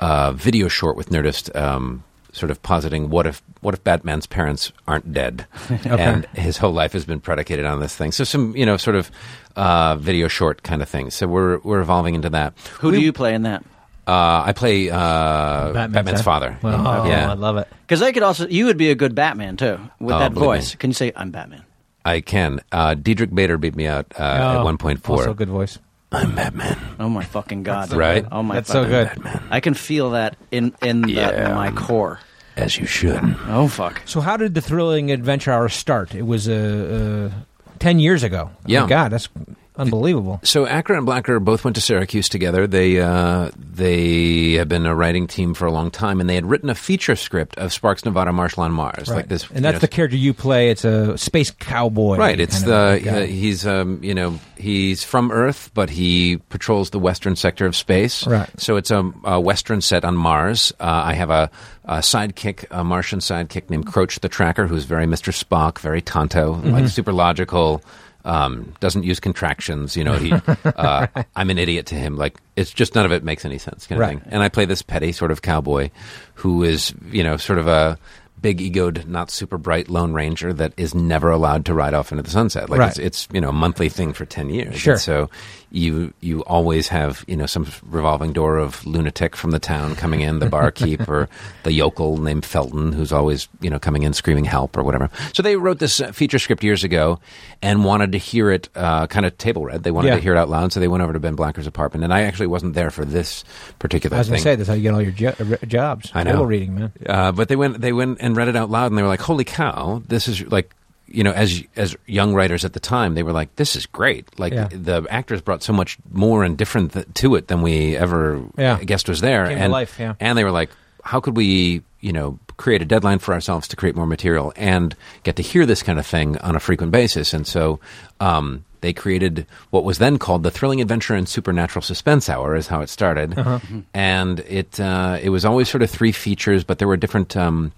uh, video short with Nerdist, um, sort of positing what if what if Batman's parents aren't dead, and his whole life has been predicated on this thing. So some you know sort of uh, video short kind of thing. So we're we're evolving into that. Who do you play in that? Uh, I play uh, Batman's, father. Well, oh, yeah, I love it. Because they could also, you would be a good Batman too with Oh, that believe voice. me. Can you say I'm Batman? I can. Uh, Diedrich Bader beat me out uh, at Oh, one point four. Also, good voice. I'm Batman. Oh my fucking god! Right? Oh my. That's so fucking- good. I can feel that in in, the, Yeah. my core. As you should. Oh fuck. So, how did the thrilling adventure hour start? It was uh, uh, ten years ago. Yeah. My God, that's unbelievable. So Acker and Blacker both went to Syracuse together. They uh, they have been a writing team for a long time, and they had written a feature script of Sparks Nevada Marshall on Mars, like this. you and that's know, the character you play. It's a space cowboy. Right, it's kind the of guy. uh, he's um, you know he's from Earth, but he patrols the western sector of space. Right. so it's a, a western set on Mars. Uh, I have a, a sidekick, a Martian sidekick named Croach the Tracker, who's very Mister Spock, very Tonto, Mm-hmm. like super logical. Um, doesn't use contractions, you know. He, uh, I'm an idiot to him. Like it's just none of it makes any sense, kind of Right. thing. And I play this petty sort of cowboy, who is you know sort of a big egoed, not super bright Lone Ranger that is never allowed to ride off into the sunset. Like Right. it's, it's you know a monthly thing for ten years. Sure. And so you you always have you know some revolving door of lunatic from the town coming in, the barkeep or the yokel named Felton who's always you know coming in screaming help or whatever. So they wrote this uh, feature script years ago and wanted to hear it uh, kind of table read. They wanted Yeah. to hear it out loud, so they went over to Ben Blacker's apartment. And I actually wasn't there for this particular I was going thing. to say that's how you get all your jo- uh, re- jobs. I know. Table reading, man. Uh, but they went they went and read it out loud, and they were like, "Holy cow! This is like." You know, as as young writers at the time, they were like, "This is great!" Like Yeah. the actors brought so much more and different th- to it than we ever Yeah. guessed was there. Came to and life, yeah. and they were like, "How could we, you know, create a deadline for ourselves to create more material and get to hear this kind of thing on a frequent basis?" And so um, they created what was then called the Thrilling Adventure and Supernatural Suspense Hour, is how it started, Uh-huh. and it uh, it was always sort of three features, but there were different. Um,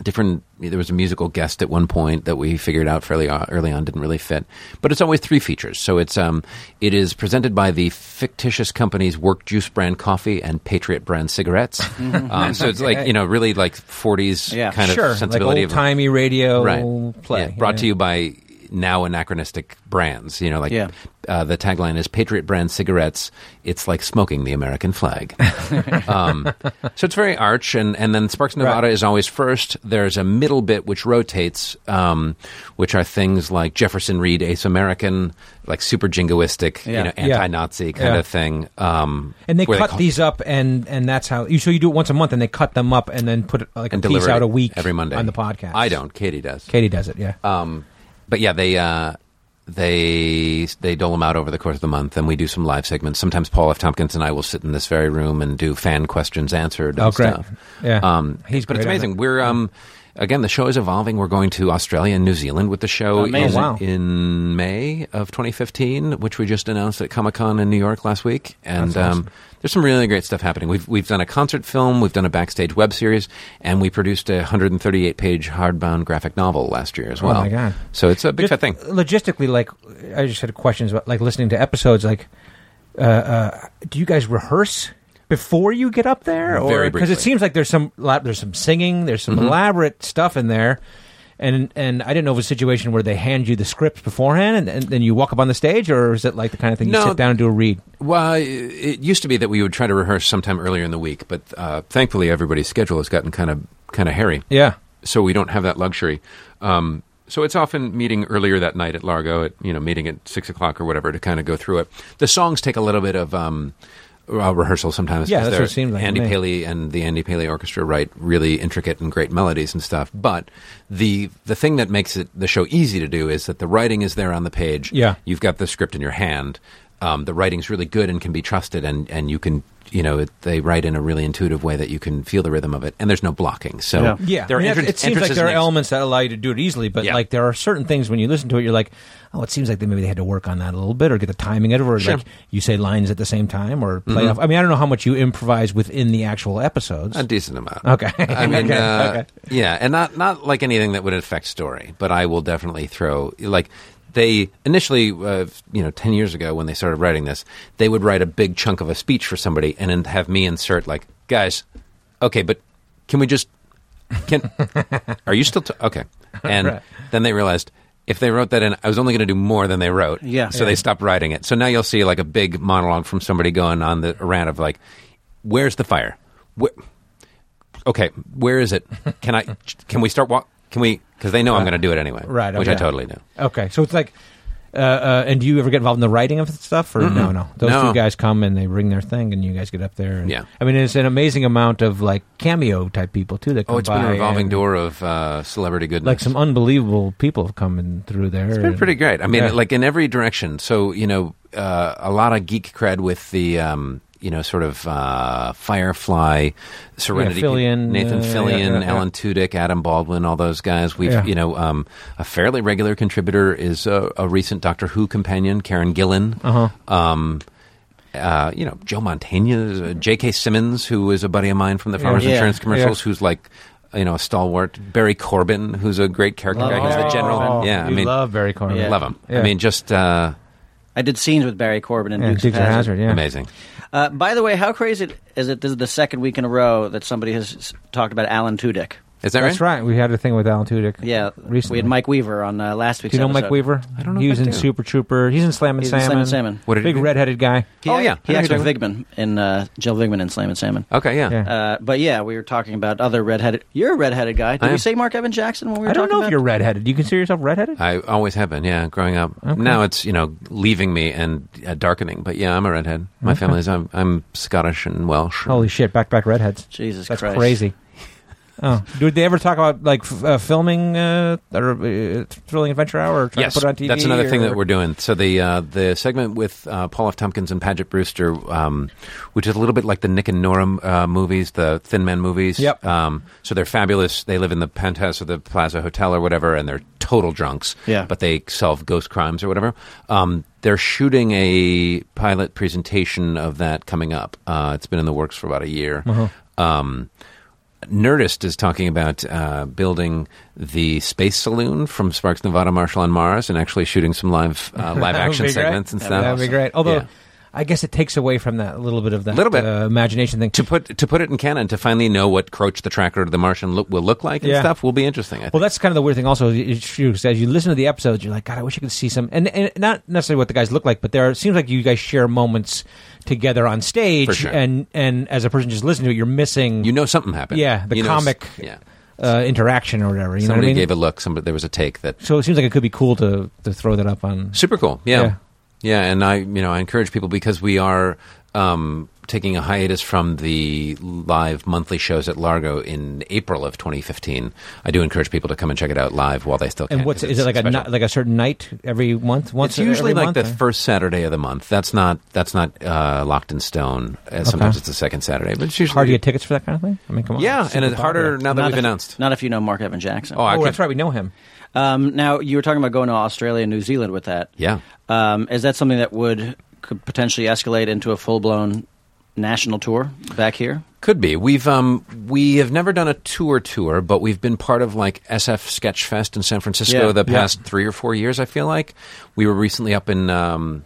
Different. There was a musical guest at one point that we figured out fairly o- early on didn't really fit, but it's always three features. So it's um, it is presented by the fictitious companies Work Juice brand coffee and Patriot brand cigarettes. um, so it's like you know really like 40s Yeah. kind Mm-hmm. sure, of sensibility like old timey radio of play. Yeah, Brought yeah. to you by now anachronistic brands. You know, like Yeah. uh, the tagline is Patriot brand cigarettes. It's like smoking the American flag. um, so it's very arch, and, and then Sparks Nevada Right. is always first. There's a middle bit which rotates, um, which are things like Jefferson Reed, Ace American, like super jingoistic, Yeah. you know, Yeah. anti-Nazi kind Yeah. of thing. Um, And they where cut call- these up, and and that's how. you So you do it once a month, and they cut them up, and then put it, like and a piece deliver out it a week every Monday on the podcast. I don't. Katie does. Katie does it. Yeah. Um, but yeah, they uh, they they dole them out over the course of the month, and we do some live segments. Sometimes Paul F. Tompkins and I will sit in this very room and do fan questions answered. And Oh, great. Stuff. Yeah. um, He's but it's great at amazing. it. We're um, again, the show is evolving. We're going to Australia and New Zealand with the show in, Amazing. Oh, wow. in May of 2015, which we just announced at Comic Con in New York last week, and That's awesome. um, there's some really great stuff happening. We've we've done a concert film, we've done a backstage web series, and we produced a 138 page hardbound graphic novel last year as well. Oh, my God. So it's a big Just fat thing. Logistically, like I just had questions about like listening to episodes. Like, uh, uh, do you guys rehearse before you get up there? Or Very because briefly. Mm-hmm. it seems like there's some la- there's some singing, there's some elaborate stuff in there. And, and I didn't know of a situation where they hand you the script beforehand and, and then you walk up on the stage, or is it like the kind of thing you No. sit down and do a read? Well, it- it used to be that we would try to rehearse sometime earlier in the week, but uh, thankfully everybody's schedule has gotten kind of kind of hairy. Yeah. so we don't have that luxury. Um, so it's often meeting earlier that night at Largo, at you know meeting at six o'clock or whatever to kind of go through it. The songs take a little bit of um, uh, rehearsal sometimes. Yeah, 'cause that's what they're- it seemed like to Andy me. Paley and the Andy Paley Orchestra write really intricate and great melodies and stuff. But the the thing that makes it the show easy to do is that the writing is there on the page. Yeah. you've got the script in your hand. Um, the writing's really good and can be trusted, and, and you can you know it, they write in a really intuitive way that you can feel the rhythm of it, and there's no blocking. So Yeah. Yeah, there are I mean, entrance- it seems like entrances there are and exits. elements that allow you to do it easily, but Yeah. like there are certain things when you listen to it, you're like, oh, it seems like they maybe they had to work on that a little bit or get the timing out of it, or Sure. Mm-hmm. like you say lines at the same time or play off. I mean, I don't know how much you improvise within the actual episodes. A decent amount. Okay. I mean, Okay, uh, okay. yeah, and not not like anything that would affect story, but I will definitely throw like they initially, uh, you know, ten years ago when they started writing this, they would write a big chunk of a speech for somebody and then have me insert like, guys, okay, but can we just can are you still t- okay? And then they realized. If they wrote that in, I was only going to do more than they wrote. Yeah. So they stopped writing it. So now you'll see like a big monologue from somebody going on the rant of like, "Where's the fire? Where, okay, where is it? Can I? Can we start? Walk? Can we? Because they know I'm going to do it anyway, Uh, Right, Which I okay. totally do. okay, so it's like, uh, uh, and do you ever get involved in the writing of stuff? Or no, no, those No. two guys come and they bring their thing, and you guys get up there. And, Yeah. I mean, it's an amazing amount of like cameo type people too. That come Oh, it's been a by revolving and, door of uh, celebrity goodness. Like some unbelievable people have come in through there. It's been and- pretty great. I mean, Yeah. like in every direction. So you know, uh, a lot of geek cred with the um, you know sort of uh, Firefly, Serenity, Yeah, Fillion, Nathan uh, yeah, Fillion, yeah, yeah. Alan Tudyk, Adam Baldwin, all those guys. We've Yeah. you know um, a fairly regular contributor is a, a recent Doctor Who companion, Karen Gillan. Uh-huh. Um, uh, you know, Joe Montana, uh, J.K. Simmons, who is a buddy of mine from the Farmers Yeah. Insurance Yeah. commercials, who's like, you know, a stalwart. Barry Corbin, who's a great character Love guy. He's the Barry general. Corbin. Yeah, I Oh. You mean, love Barry Corbin. Yeah. love him. Yeah. I mean, just uh, I did scenes with Barry Corbin and Yeah, Dukes, Dukes of of Hazzard. Hazzard, yeah. amazing. Uh, by the way, how crazy is it? This is the second week in a row that somebody has s- talked about Alan Tudyk. Is that That's right. We had a thing with Alan Tudyk. Yeah, recently. we had Mike Weaver on uh, last week's. Do you know episode. Mike Weaver? I don't know He was if I in do. Super Trooper. He's in Slam and He's in Salmon. Oh, Slam and Salmon. What did he Big do? redheaded guy. He, Oh, yeah. he I acts know with who you're Vigman in uh, Jill Vigman in Slam and Salmon. Okay, yeah. Yeah. Uh, but yeah, we were talking about other redheaded. You're a redheaded guy. Did I we am. say Mark Evan Jackson when we were I don't talking know about? if you're redheaded. Do you consider yourself redheaded? I always have been, yeah, growing up. Now it's, you know, leaving me and uh, darkening. But yeah, I'm a redhead. My family's, I'm, I'm Scottish and Welsh. and- Holy shit! Back to back redheads. Jesus That's Christ! crazy. Oh, did they ever talk about like f- uh, filming uh, or uh, thrilling adventure hour? Or trying yes, to put it on TV. that's another thing that or- we're doing. So the uh, the segment with uh, Paul F. Tompkins and Paget Brewster, um, which is a little bit like the Nick and Nora uh, movies, the Thin Man movies. Yep. Um, so they're fabulous. They live in the penthouse of the Plaza Hotel or whatever, and they're total drunks. Yeah. But they solve ghost crimes or whatever. Um, they're shooting a pilot presentation of that coming up. Uh, it's been in the works for about a year. Oh, Um, Nerdist is talking about uh, building the space saloon from Sparks Nevada Marshall on Mars and actually shooting some live uh, That live would action be great. segments and That- stuff. That would be great. Although. Yeah. I guess it takes away from that a little bit of that Little bit. Uh, imagination thing. to put to put it in canon to finally know what Croach the Tracker to the Martian look, will look like and Yeah. stuff will be interesting. I think. Well, that's kind of the weird thing. Also, it's true 'cause as you listen to the episodes, you're like, God, I wish I could see some, and, and not necessarily what the guys look like, but there are, it seems like you guys share moments together on stage, For sure. and and as a person just listening to it, you're missing you know something happened. Yeah, the You know s- comic. Yeah, uh, interaction or whatever. You somebody know what I mean? gave a look. Somebody there was a take that so it seems like it could be cool to to throw that up on. Super cool. Yeah. Yeah. yeah. and I, you know, I encourage people because we are um, taking a hiatus from the live monthly shows at Largo in April of 2015. I do encourage people to come and check it out live while they still can. And what's 'cause is it it's like a special. ni- like a certain night every month? Once it's usually every like month, the or- first Saturday of the month. That's not that's not uh, locked in stone. Uh, Sometimes it's the second Saturday, but it's usually hard to get tickets for that kind of thing. I mean, come on, Yeah, and super it's harder popular. now that Not we've if- announced. Not if you know Mark Evan Jackson. Oh, I Oh, could- that's right. We know him. Um, now you were talking about going to Australia and New Zealand with that. Yeah. Um, is that something that would could potentially escalate into a full blown national tour back here? Could be. We've um we have never done a tour tour, but we've been part of like SF Sketchfest in San Francisco Yeah. the Yeah. past three or four years. I feel like we were recently up in um,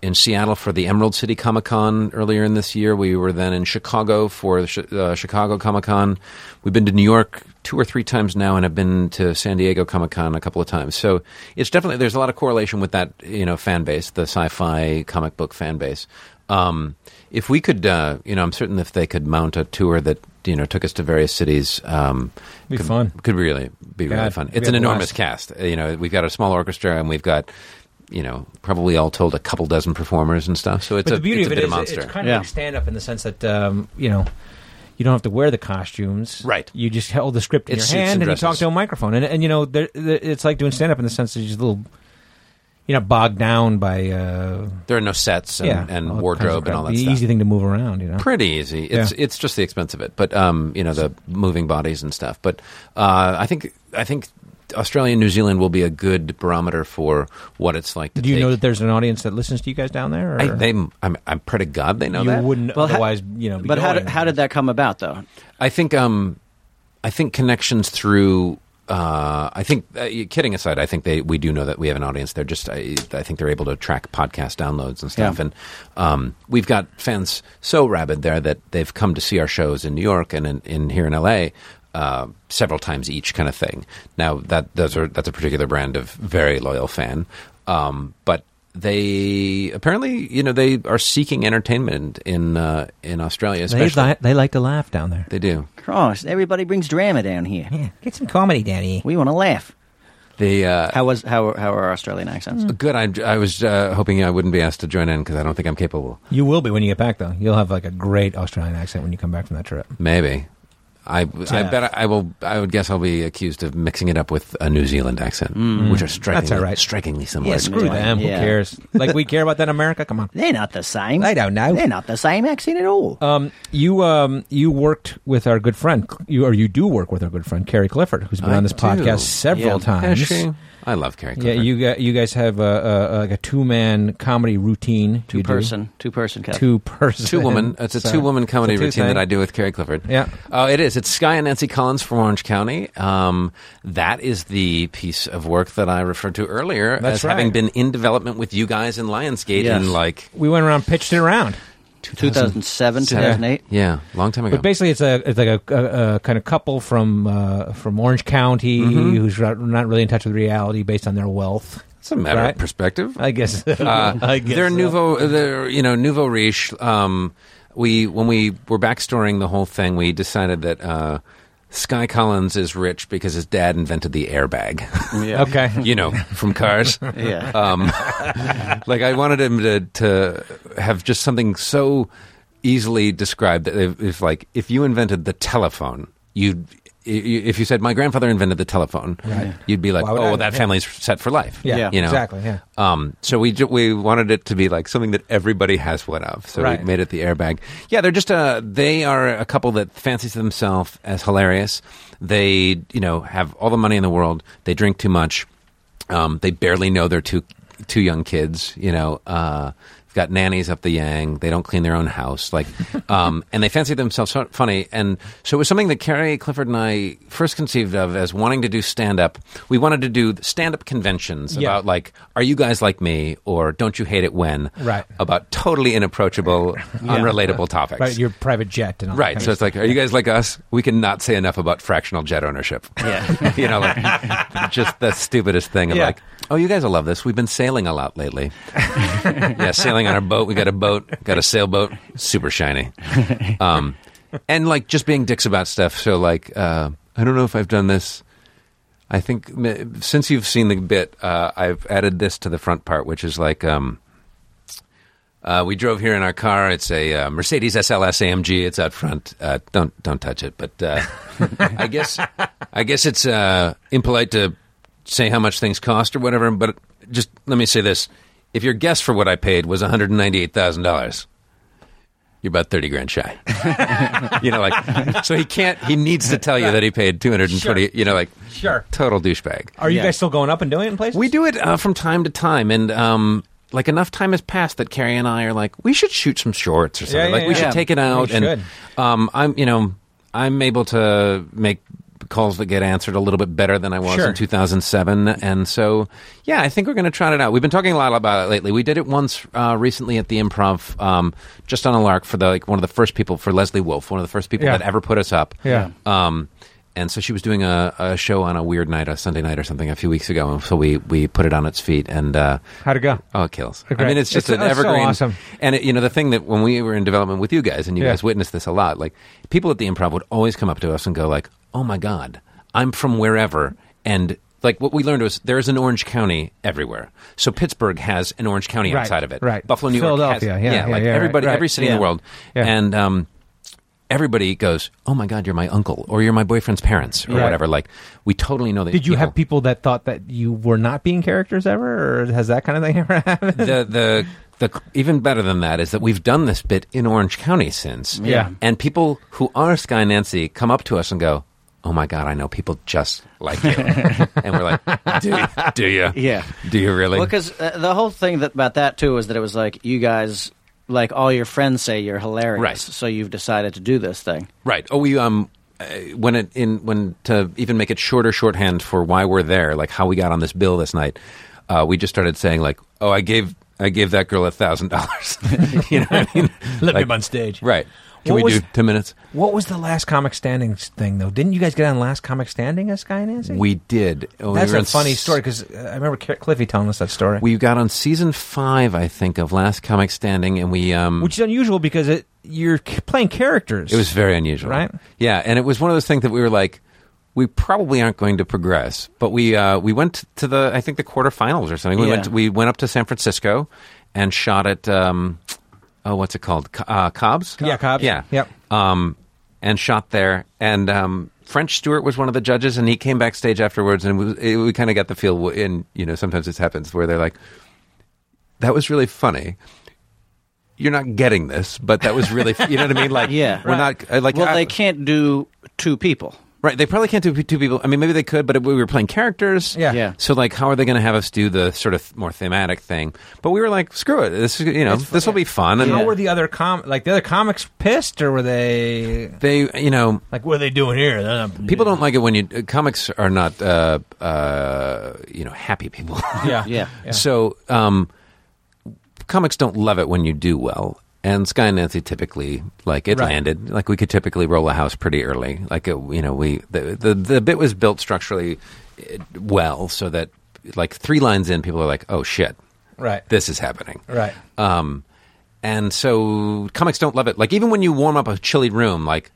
in Seattle for the Emerald City Comic Con earlier in this year. We were then in Chicago for the Chi- uh, Chicago Comic Con. We've been to New York two or three times now, and I've been to San Diego Comic Con a couple of times. So it's definitely there's a lot of correlation with that you know fan base, the sci-fi comic book fan base. Um, if we could, uh, you know, I'm certain if they could mount a tour that you know took us to various cities, um, Be could- fun. Could really be really God, fun. it'd It's be an a enormous blast. cast. Uh, You know, we've got a small orchestra and we've got, you know, probably all told a couple dozen performers and stuff. So it's but a, the beauty it's of a it bit is, of monster. it's kind Yeah. of like stand up in the sense that um, you know you don't have to wear the costumes, Right. You just held the script in It's your suits hand and and, you talk dresses. to a microphone, and, and you know there, there, it's like doing stand up in the sense that you're just a little you're not bogged down by uh, there are no sets and, yeah and all kinds of wardrobe crap. and all that the stuff. easy thing to move around, you know. Pretty easy. It's Yeah. it's just the expense of it, but um, you know the moving bodies and stuff. But uh, I think I think Australia and New Zealand will be a good barometer for what it's like to. Do you take- know that there's an audience that listens to you guys down there? Or I, they, I'm, I'm pray to God they know you that. wouldn't Well, ha- otherwise, you know. Be But how going. did, how did that come about, though? I think um, I think connections through. Uh, I think, uh, you- kidding aside, I think they we do know that we have an audience. They're just, I, I think they're able to track podcast downloads and stuff. Yeah. And um, we've got fans so rabid there that they've come to see our shows in New York and in, in here in LA uh, several times each, kind of thing. Now that those are that's a particular brand of very loyal fan, um, but they apparently, you know, they are seeking entertainment in uh, in Australia, they, especially. li- they like to laugh down there? they do. Cross, everybody brings drama down here. Yeah, get some comedy, Danny. We want to laugh. Hmm. They uh, How was how how are Australian accents? Good. I, I was uh, hoping I wouldn't be asked to join in because I don't think I'm capable. You will be when you get back, though. You'll have like a great Australian accent when you come back from that trip. Maybe. I, I Yeah. bet I, will. I would guess I'll be accused of mixing it up with a New Zealand accent, Hmm. which are strikingly, Mm-hmm. all right. strikingly similar. Yeah, to screw mine. them. Yeah. Who cares? Like we care about that in America. Come on. They're not the same. I don't know. They're not the same accent at all. Um, you um, you worked with our good friend, you or you do work with our good friend Carrie Clifford, who's been I on this do. podcast several Yeah. times. Has she? I love Carrie Yeah, Clifford. you got, you guys have a, a, like a two man comedy routine. two you do. person, two person. Kev. two person, two woman. It's a two woman comedy routine that I do with Carrie Clifford. Yeah. Oh, it is. It's Sky and Nancy Collins from Orange County. Um, that is the piece of work that I referred to earlier That's as having right. been in development with you guys in Lionsgate Yes. in like We went around, pitched it around, 2007, 2008. yeah, long time ago. but basically it's a it's like a, a, a kind of couple from uh, from Orange County who's not, not really in touch with reality based on their wealth. It's a matter Right. of perspective. I guess. Uh, I guess they're so. nouveau, they're, you know, nouveau riche. Um, we when we were backstoring the whole thing, we decided that uh, Sky Collins is rich because his dad invented the airbag. Yeah. Okay. you know, from cars. Yeah. Uh, Um, like I wanted him to to have just something so easily described that if, if like if you invented the telephone, you. If you said my grandfather invented the telephone, you'd be like, Why "Oh, would I well, know?" that Yeah. family's set for life." Yeah, Yeah. you know exactly. Yeah. Um, so we ju- we wanted it to be like something that everybody has one of. So Right. we made it the airbag. Yeah, they're just a they are a couple that fancies themselves as hilarious. They you know have all the money in the world. They drink too much. Um, they barely know they're two two young kids. You know. Uh, they've Got nannies up the yang. They don't clean their own house, like, um, and they fancy themselves so funny. And so it was something that Carrie Clifford and I first conceived of as wanting to do stand up. We wanted to do stand up conventions Yeah. about like, are you guys like me, or don't you hate it when? Right. About totally inapproachable, unrelatable topics. Right, your private jet and all that Right, kind so of it's like, are you guys like us? We cannot say enough about fractional jet ownership. Yeah. you know, like just the stupidest thing of Yeah. like, oh, you guys will love this. We've been sailing a lot lately. yeah, sailing on our boat. We got a boat, got a sailboat, super shiny. Um, and like just being dicks about stuff. So like, uh, I don't know if I've done this. I think m- since you've seen the bit, uh, I've added this to the front part, which is like. Um, uh, we drove here in our car. It's a uh, Mercedes SLS AMG. It's out front. Uh, don't don't touch it. But uh, I guess I guess it's uh, impolite to say how much things cost or whatever. But just let me say this: if your guess for what I paid was one hundred ninety eight thousand dollars, you're about thirty grand shy. you know, like so he can't. He needs to tell you that he paid two hundred and twenty. You know, like Sure. total douchebag. Are you Yeah. guys still going up and doing it in places? We do it uh, from time to time, and um, like enough time has passed that Carrie and I are like, we should shoot some shorts or something. yeah, like we yeah. should take it out. We and um, I'm, you know, I'm able to make calls that get answered a little bit better than I was Sure. in 2007. And so, yeah, I think we're going to trot it out. We've been talking a lot about it lately. We did it once uh, recently at the Improv, um, just on a lark for the like one of the first people for Leslie Wolf, one of the first people Yeah. that ever put us up. Yeah. Um, and so she was doing a, a show on a weird night, a Sunday night or something, a few weeks ago. And so we, we put it on its feet, and uh, How'd it go? oh, it kills. Okay. I mean, it's just It's- an it's so evergreen. awesome. And it, you know, the thing that when we were in development with you guys, and you Yeah. guys witnessed this a lot, like people at the Improv would always come up to us and go, like, "Oh my God, I'm from wherever," and like what we learned was there is an Orange County everywhere. So Pittsburgh has an Orange County Right, outside of it. right. Buffalo, New York, has- Philadelphia, yeah, yeah, like yeah, right, everybody, right. every city in Yeah. the world, Yeah. and. um Everybody goes, oh my god, you're my uncle, or you're my boyfriend's parents, or Right. whatever. Like, we totally know that. Did you have people that thought that you were not being characters ever, or has that kind of thing ever happened? the the the even better than that is that we've done this bit in Orange County since. Yeah. And people who are Sky Nancy come up to us and go, "Oh my God, I know people just like you," and we're like, "Do do you? Yeah. Do you really?" Well, because uh, the whole thing that, about that too was that it was like you guys, like all your friends say you're hilarious, Right. so you've decided to do this thing. Right. Oh, we um, uh, when it in when to even make it shorter shorthand for why we're there, like how we got on this bill this night, uh, we just started saying like, oh, I gave I gave that girl a thousand dollars. You know what I mean? Let me Like, up on stage. Right. Can What we was- do ten minutes? What was the last Comic Standing thing though? Didn't you guys get on last Comic Standing as Sky and Nancy? We did. When we That's were a in funny s- story because I remember Ca- Cliffy telling us that story, We got on season five, I think, of Last Comic Standing, and we um, which is unusual because it you're c- playing characters. It was very unusual, Right? Yeah, and it was one of those things that we were like, we probably aren't going to progress, but we uh, we went to the I think the quarterfinals or something. We Yeah. went we went up to San Francisco and shot at um, oh what's it called Co- uh, Cobb's Yeah, Cobb's. yeah Yep. um, and shot there and. Um, French Stewart was one of the judges, and he came backstage afterwards, and we, it, we kind of got the feel. And you know, sometimes this happens where they're like, "That was really funny." You're not getting this, but that was really, you know what I mean? Like, Yeah. we're not uh, like well, I- they can't do two people. Right, they probably can't do two people. I mean, maybe they could, but we were playing characters. Yeah. Yeah. So, like, how are they going to have us do the sort of more thematic thing? But we were like, screw it. This is, you know, this will be fun. And How Yeah. were the other com like the other comics pissed or were they they, you know, like what are they doing here? They're not- people don't like it when you uh, comics are not, uh, uh, you know, happy people. yeah Yeah. So, um, comics don't love it when you do well. And Sky and Nancy typically like it Right. landed. Like we could typically roll a house pretty early. Like it, you know, we the, the the bit was built structurally eh, well so that like three lines in, people are like, "Oh shit, right this is happening." right Um, and so comics don't love it. Like even when you warm up a chilly room, like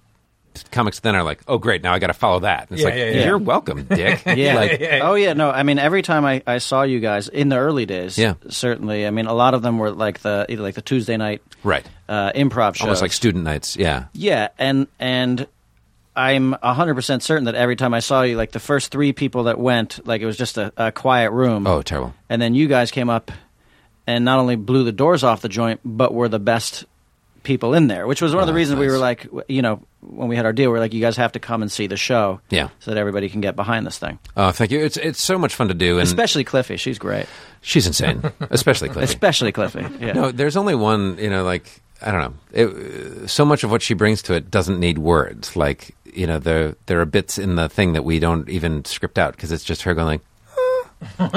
comics then are like, "Oh great, now I got to follow that." And it's Yeah, like, yeah, yeah. "You're welcome, dick." Yeah. like oh yeah. No. I mean, every time I, I saw you guys in the early days, Yeah. Certainly. I mean, a lot of them were like the either like the Tuesday night right, uh, improv shows. almost like student nights. Yeah, Yeah, and and I'm 100% certain that every time I saw you, like the first three people that went, like it was just a, a quiet room. Oh, terrible. And then you guys came up and not only blew the doors off the joint, but were the best people in there, which was one of the Oh, reasons we nice. were like, w- you know, when we had our deal, we are like, you guys have to come and see the show. Yeah. So that everybody can get behind this thing. Oh, thank you. It's it's so much fun to do, and Especially Cliffy. She's great. she's insane, especially Cliffy. Especially Cliffy. Yeah. no, there's only one. You know, like I don't know. It, so much of what she brings to it doesn't need words. Like you know, there there are bits in the thing that we don't even script out because it's just her going like,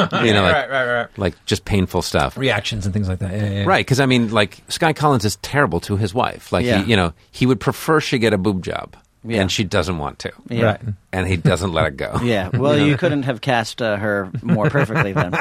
"Huh." you know, like, right right right like just painful stuff. reactions and things like that yeah, yeah, yeah. Right, because I mean, like Sky Collins is terrible to his wife. Like, Yeah. he, you know, he would prefer she get a boob job, Yeah. and she doesn't want to, Yeah. right and he doesn't let it go. Yeah. Well, you couldn't have cast uh, her more perfectly then.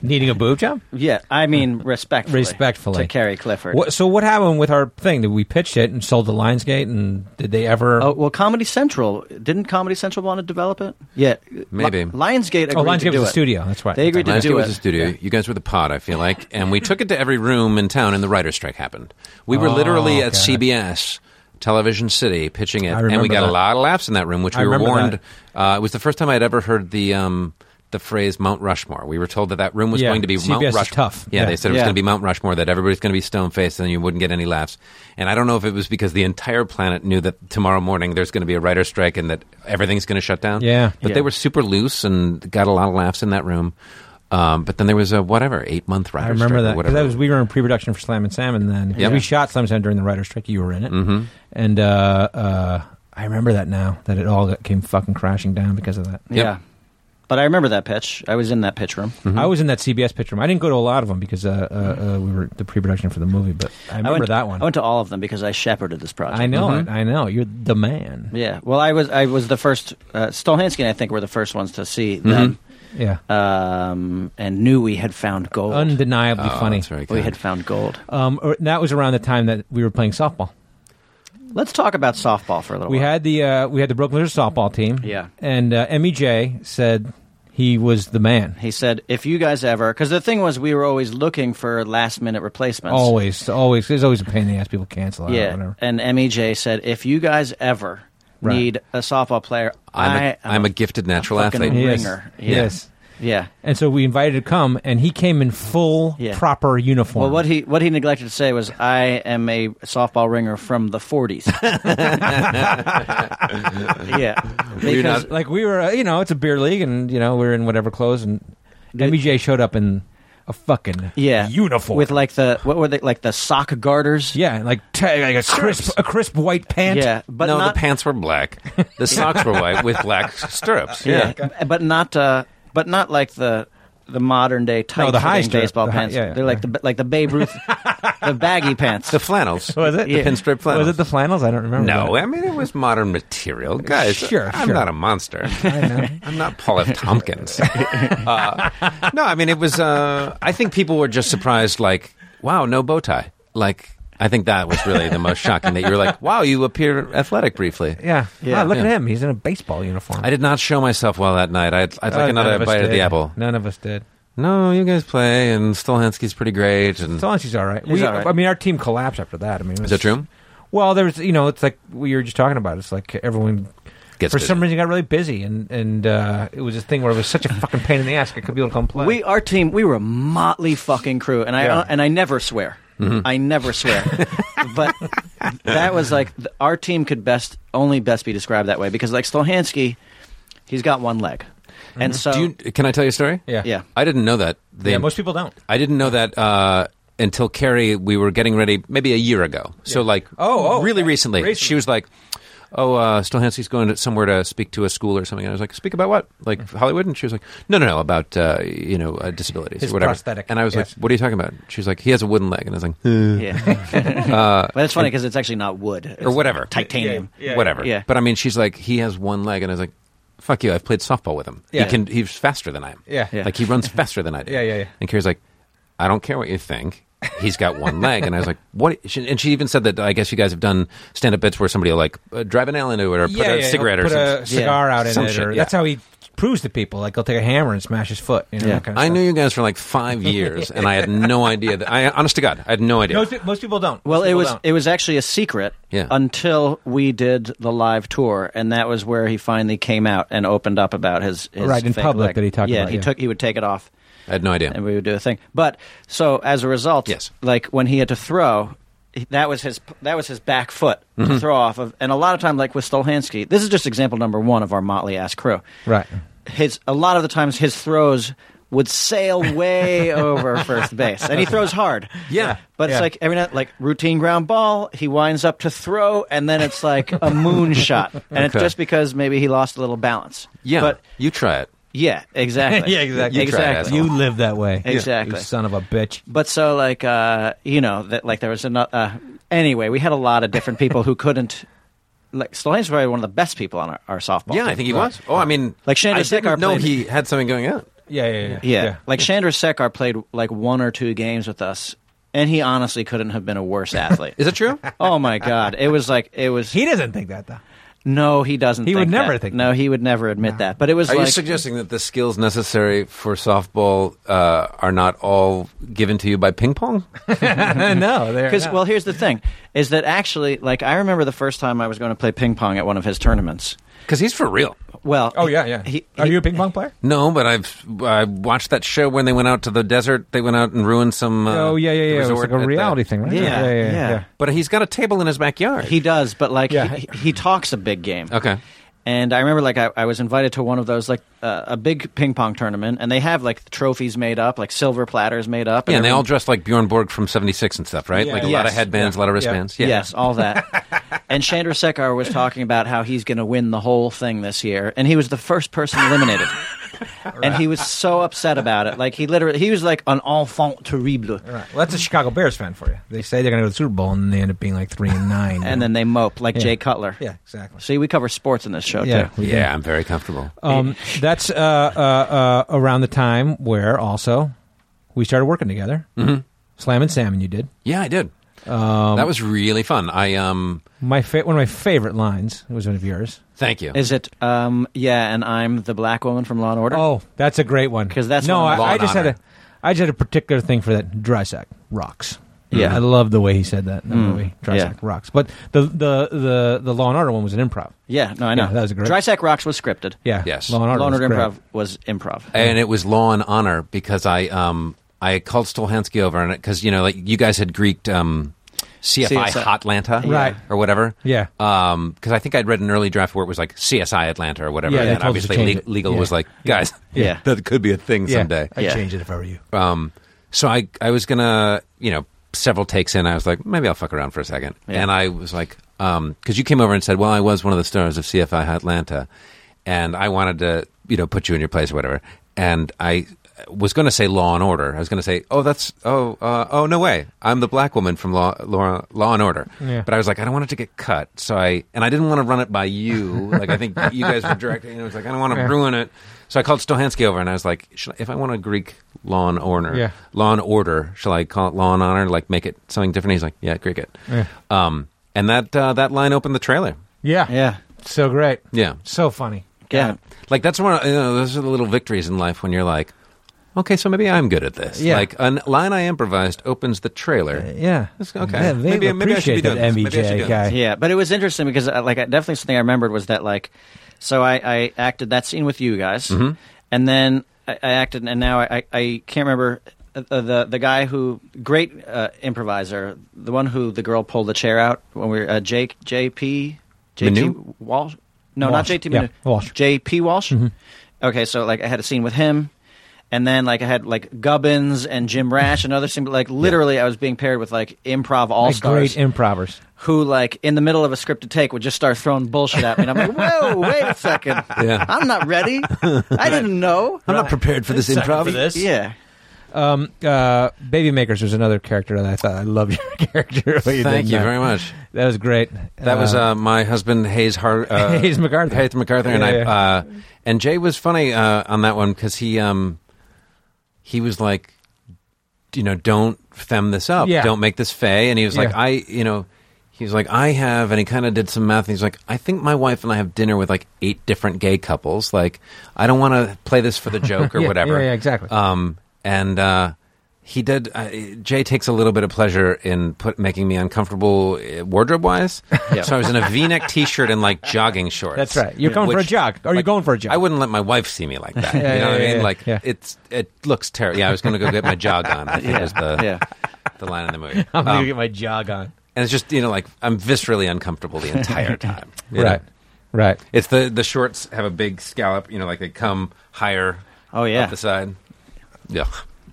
needing a boob job Yeah, I mean respectfully. Respectfully. to Carrie Clifford. what, so what happened with our thing that we pitched it and sold to Lionsgate and did they ever Oh well, Comedy Central didn't Comedy Central want to develop it? Yeah, Maybe. Li- Lionsgate. Agreed oh to Lionsgate do was a it. studio that's right They agreed to Last do year it. was a studio. You guys were the pod, I feel like, and we took it to every room in town. And the writer's strike happened. We were Oh, literally at okay. CBS Television City pitching it, I and we remember got that. a lot of laughs in that room, which I we were remember warned. Uh, it was the first time I'd ever heard the um, the phrase Mount Rushmore. We were told that that room was Yeah, going to be Mount CBS is Rushmore. tough. Yeah, Yeah. they said it was Yeah. going to be Mount Rushmore. That everybody's going to be stone faced, and you wouldn't get any laughs. And I don't know if it was because the entire planet knew that tomorrow morning there's going to be a writer's strike and that everything's going to shut down. Yeah. but Yeah. they were super loose and got a lot of laughs in that room. Um, but then there was a whatever eight month writer. I remember strike or that. 'cause Whatever. That was we were in pre-production for Slam and Salmon then. 'Cause Yeah. We shot Slam and Salmon during the writer's strike. You were in it, Mhm. and uh, uh, I remember that now. That it all got- came fucking crashing down because of that. Yep. Yeah. But I remember that pitch. I was in that pitch room. Mm-hmm. I was in that CBS picture. room. I didn't go to a lot of them because uh, uh, uh, we were the pre-production for the movie. But I remember went, that one. I went to all of them because I shepherded this project. I know Mm-hmm. Mhm. it. I know. You're the man. Yeah. Well, I was I was the first. Uh, Stolhansky and I think were the first ones to see Mm-hmm. them, Yeah. um, and knew we had found gold. Undeniably Oh, funny. that's very we kind. had found gold. Um, or- that was around the time that we were playing softball. Let's talk about softball for a little. We while. had the uh, we had the Brooklyn Lizards softball team. Oh, Yeah. and uh, MEJ said he was the man. He said, "If you guys ever," because the thing was, we were always looking for last minute replacements. Always, always. There's always a pain in the ass. People cancel out. or yeah. whatever. And MEJ said, "If you guys ever Right. need a softball player, I'm I a, I'm a gifted natural fucking athlete. Yeah. Yes. Ringer. Yeah. Yes. yeah." And so we invited him to come, and he came in full Yeah. proper uniform. Well, what he what he neglected to say was, "I am a softball ringer from the '40s." yeah, you because not- like we were, uh, you know, it's a beer league, and you know we were in whatever clothes, and MEJ showed up in a fucking yeah, uniform with like the what were they like the sock garters? yeah, like t- like a crisp a crisp white pant. yeah, but no, not the pants were black. The socks were white with black stirrups. yeah, but not uh, but not like the the modern day tight the high fitting strip, baseball the high- pants. yeah, yeah. They're like the like the Babe Ruth, the baggy pants. The flannels. Was it? The Yeah. pinstripe flannels. Was it the flannels? I don't remember. No, that. I mean it was modern material, guys. Sure, I'm sure. not a monster. I'm not Paul F. Tompkins. uh, no, I mean it was. Uh, I think people were just surprised, like, wow, no bow tie. Like, I think that was really the most shocking. That you were like, wow, you appear athletic briefly. Yeah. Yeah. Ah, look at Yeah. him. He's in a baseball uniform. I did not show myself well that night. I'd, I'd like Oh, none another of us bite at did. the apple. None of us did. No, you guys play, and Stolhansky's pretty great. And Solanski's all right. He's we, all right. I mean, our team collapsed after that. I mean, it is was- that true? Well, there was, you know, it's like we were just talking about. It's like everyone Gets for busy. some reason got really busy, and and uh, it was a thing where it was such a fucking pain in the ass. I could be able to come play. We our team we were a motley fucking crew, and I Yeah. and I never swear. I never swear, but that was like th- our team could best only best be described that way because like Stolhansky, he's got one leg, and so Do you, can I tell you a story? yeah, yeah. I didn't know that. They, yeah. Most people don't. I didn't know that uh, until Carrie. We were getting ready maybe a year ago. So like, Oh, oh, really yeah. recently. Recently. She was like, "Oh, uh, Stolhansky's going to somewhere to speak to a school or something." And I was like, "Speak about what? Like Mm-hmm. Hollywood?" And she was like, "No, no, no, about uh, you know uh, disabilities His or whatever." prosthetic, And I was yes. like, "What are you talking about?" She was like, "He has a wooden leg," and I was like, "Eh," Yeah. but it's funny because it's actually not wood. It's "Or whatever, Titanium. Yeah, yeah. whatever." Yeah. But I mean, she's like, "He has one leg," and I was like. Fuck you! I've played softball with him. Yeah. He can. He's faster than I am. Yeah. Yeah. Like he runs faster than I do. Yeah, yeah, yeah. And Carrie's like, I don't care what you think. He's got one leg, and I was like, "What?" She, and she even said that I guess you guys have done stand-up bits where somebody will like uh, drive an nail into it or put yeah, a yeah, cigarette he'll or put something. a cigar out in Some it. shit, or, yeah. That's how he proves to people. Like he'll take a hammer and smash his foot. You know, Yeah. that kind of I stuff. knew you guys for like five years, and I had no idea. That, I honest to God, I had no idea. Most, pe- most people don't. Well, Most it people was don't. it was actually a secret Yeah. until we did the live tour, and that was where he finally came out and opened up about his, his Right, in fake public leg. that he talked yeah, about, He yeah. took he would take it off, I had no idea. and we would do a thing. But so as a result, Yes. like when he had to throw. he- That was his. That was his back foot Mm-hmm. to throw off of, and a lot of time, like with Stolhansky, this is just example number one of our motley ass crew. right. his a lot of the times his throws would sail way over first base, and he throws hard. Yeah. but Yeah. it's like every night, like routine ground ball, he winds up to throw, and then it's like a moon shot, and it's Okay. just because maybe he lost a little balance. yeah, but you try it. yeah, exactly. Yeah, exactly. You try, exactly. asshole. You live that way. Exactly. You son of a bitch. But so like uh, you know that like there was another. Uh, anyway, we had a lot of different people who couldn't. Like Stolane's probably one of the best people on our, our softball. Yeah, team. I think he was. Oh, I mean, Like Shandor I didn't Sekar know played- he had something going on. Yeah, yeah, yeah. Yeah. Like Chandra Sekar played like one or two games with us, and he honestly couldn't have been a worse athlete. Is that true? oh my god. It was like it was He doesn't think that though. No, he doesn't He think would never that. think No, that. he would never admit that. But it was Are like you suggesting that the skills necessary for softball uh, are not all given to you by ping pong? no, they're because not. well here's the thing is that actually like i remember the first time i was going to play ping pong at one of his tournaments Because he's for real. well Oh yeah, yeah. he- Are he- you a ping pong player? No, but I've I watched that show when they went out to the desert. They went out and ruined some. Uh, oh yeah, yeah, yeah. It was resort like a at reality the- thing, right? Yeah, yeah, yeah. But he's got a table in his backyard. he does but like Yeah. he, he talks a big game okay. And I remember, like, I, I was invited to one of those, like, uh, a big ping pong tournament, and they have like trophies made up, like silver platters made up. Yeah, and they all everyone- dressed like Bjorn Borg from '76 and stuff, right? Yeah. Like a lot of Yes. headbands, a lot of wristbands. Yeah. Yes, all that. and Chandra Sekhar was talking about how he's going to win the whole thing this year, and he was the first person eliminated. And he was so upset about it. Like he literally, he was like an enfant terrible. All right. Well, that's a Chicago Bears fan for you. They say they're going to go to the Super Bowl, and they end up being like three and nine. And then they mope like Yeah. Jay Cutler. yeah, exactly. See, we cover sports in this show Yeah, too. we Yeah, do. I'm very comfortable. Um, that's uh, uh, uh, around the time where also we started working together. Mm-hmm. Slam and Salmon, you did. Yeah, I did. Um, that was really fun. I um, My fa- one of my favorite lines was one of yours. thank you. Is it? Um, yeah, and I'm the black woman from Law and Order. Oh, that's a great one. 'Cause that's no, one of my- I, I just had Law and a, I just had a particular thing for that. Dry sack rocks. Yeah. Mm. I love the way he said that in that movie. Dry Yeah. sack rocks. But the the the the Law and Order one was an improv. yeah, no, I know. Yeah, that was great. Drysack Rocks was scripted. Yeah. Yes. Law and Order. Law and was Order great. improv was improv. and it was Law and Honor because I um I called Stolhansky over and because you know like you guys had greeked um CFI CSI. Hotlanta Right. or whatever Yeah. um because I think I'd read an early draft where it was like CSI Atlanta or whatever Yeah, they and told us to obviously change le- it. legal Yeah. was like guys Yeah. that could be a thing Yeah. someday I'd Yeah. change it if I were you. um so I I was gonna you know several takes in I was like maybe I'll fuck around for a second Yeah. and I was like um because you came over and said well I was one of the stars of CFI Atlanta and I wanted to you know put you in your place or whatever and I was going to say Law and Order I was going to say oh that's oh uh, oh no way I'm the black woman from Law Law, law and Order Yeah. but I was like I don't want it to get cut so I and I didn't want to run it by you like I think you guys were directing and I was like I don't want to Yeah. ruin it so I called Stohansky over and I was like should I, if I want a Greek Law and Order Yeah. Law and Order. Shall I call it Law and Honor? Like make it something different? He's like, yeah, cricket. Um, and that uh, that line opened the trailer. Yeah. Yeah, So great. Yeah, So funny. yeah. like that's one. Of, you know, those are the little victories in life when you're like, okay, so maybe I'm good at this. Yeah. Like a line I improvised opens the trailer. Yeah. That's- okay. Yeah, they Maybe- maybe I should be appreciate that doing this. Maybe I should be MBJ doing guy. Yeah, but it was interesting because uh, like I- definitely something I remembered was that like, so I, I acted that scene with you guys, Mm-hmm. and then I, I acted, and now I, I, I can't remember uh, uh, the the guy who great uh, improviser, the one who the girl pulled the chair out when we were uh, Jake JP JT Manu? Walsh, no not Walsh. JT Yeah, Manu, Walsh. Mm-hmm. JP Walsh. Okay, so like I had a scene with him. And then, like, I had like Gubbins and Jim Rash, another scene. but, Like, literally, I was being paired with like improv all Like stars great improvers. who like in the middle of a scripted take would just start throwing bullshit at me and i'm like whoa wait a second Yeah. i'm not ready i didn't know I'm not prepared for this improv. yeah Um, uh, Baby Makers was another character that I thought I loved your character. what did Thank you there. very much. That was great. That was uh, my husband Hayes Har- uh, Hayes MacArthur. Hayes MacArthur, and Yeah, I. yeah. Uh, and Jay was funny uh, on that one because he um, he was like, you know, don't fem this up, Yeah. don't make this fey, and he was like, Yeah. I, you know. He was like, I have, and he kind of did some math. And he's like, I think my wife and I have dinner with like eight different gay couples. Like, I don't want to play this for the joke or Yeah, whatever. yeah, yeah, exactly. Um, and uh, he did. Uh, Jay takes a little bit of pleasure in put making me uncomfortable wardrobe wise. Yeah. So I was in a V-neck T-shirt and like jogging shorts. That's right. You're going for a Which, jog. Are you like, going for a jog? I wouldn't let my wife see me like Yeah, that. you know yeah, what I yeah, mean? yeah, Like yeah. it's it looks terrible. Yeah, I was going to go get my jog on. I think was the yeah the line in the movie. I'm Um, gonna get my jog on. and it's just you know like I'm viscerally uncomfortable the entire time. you know? Right, right. It's the the shorts have a big scallop. You know, like they come higher oh yeah up the side. Yeah,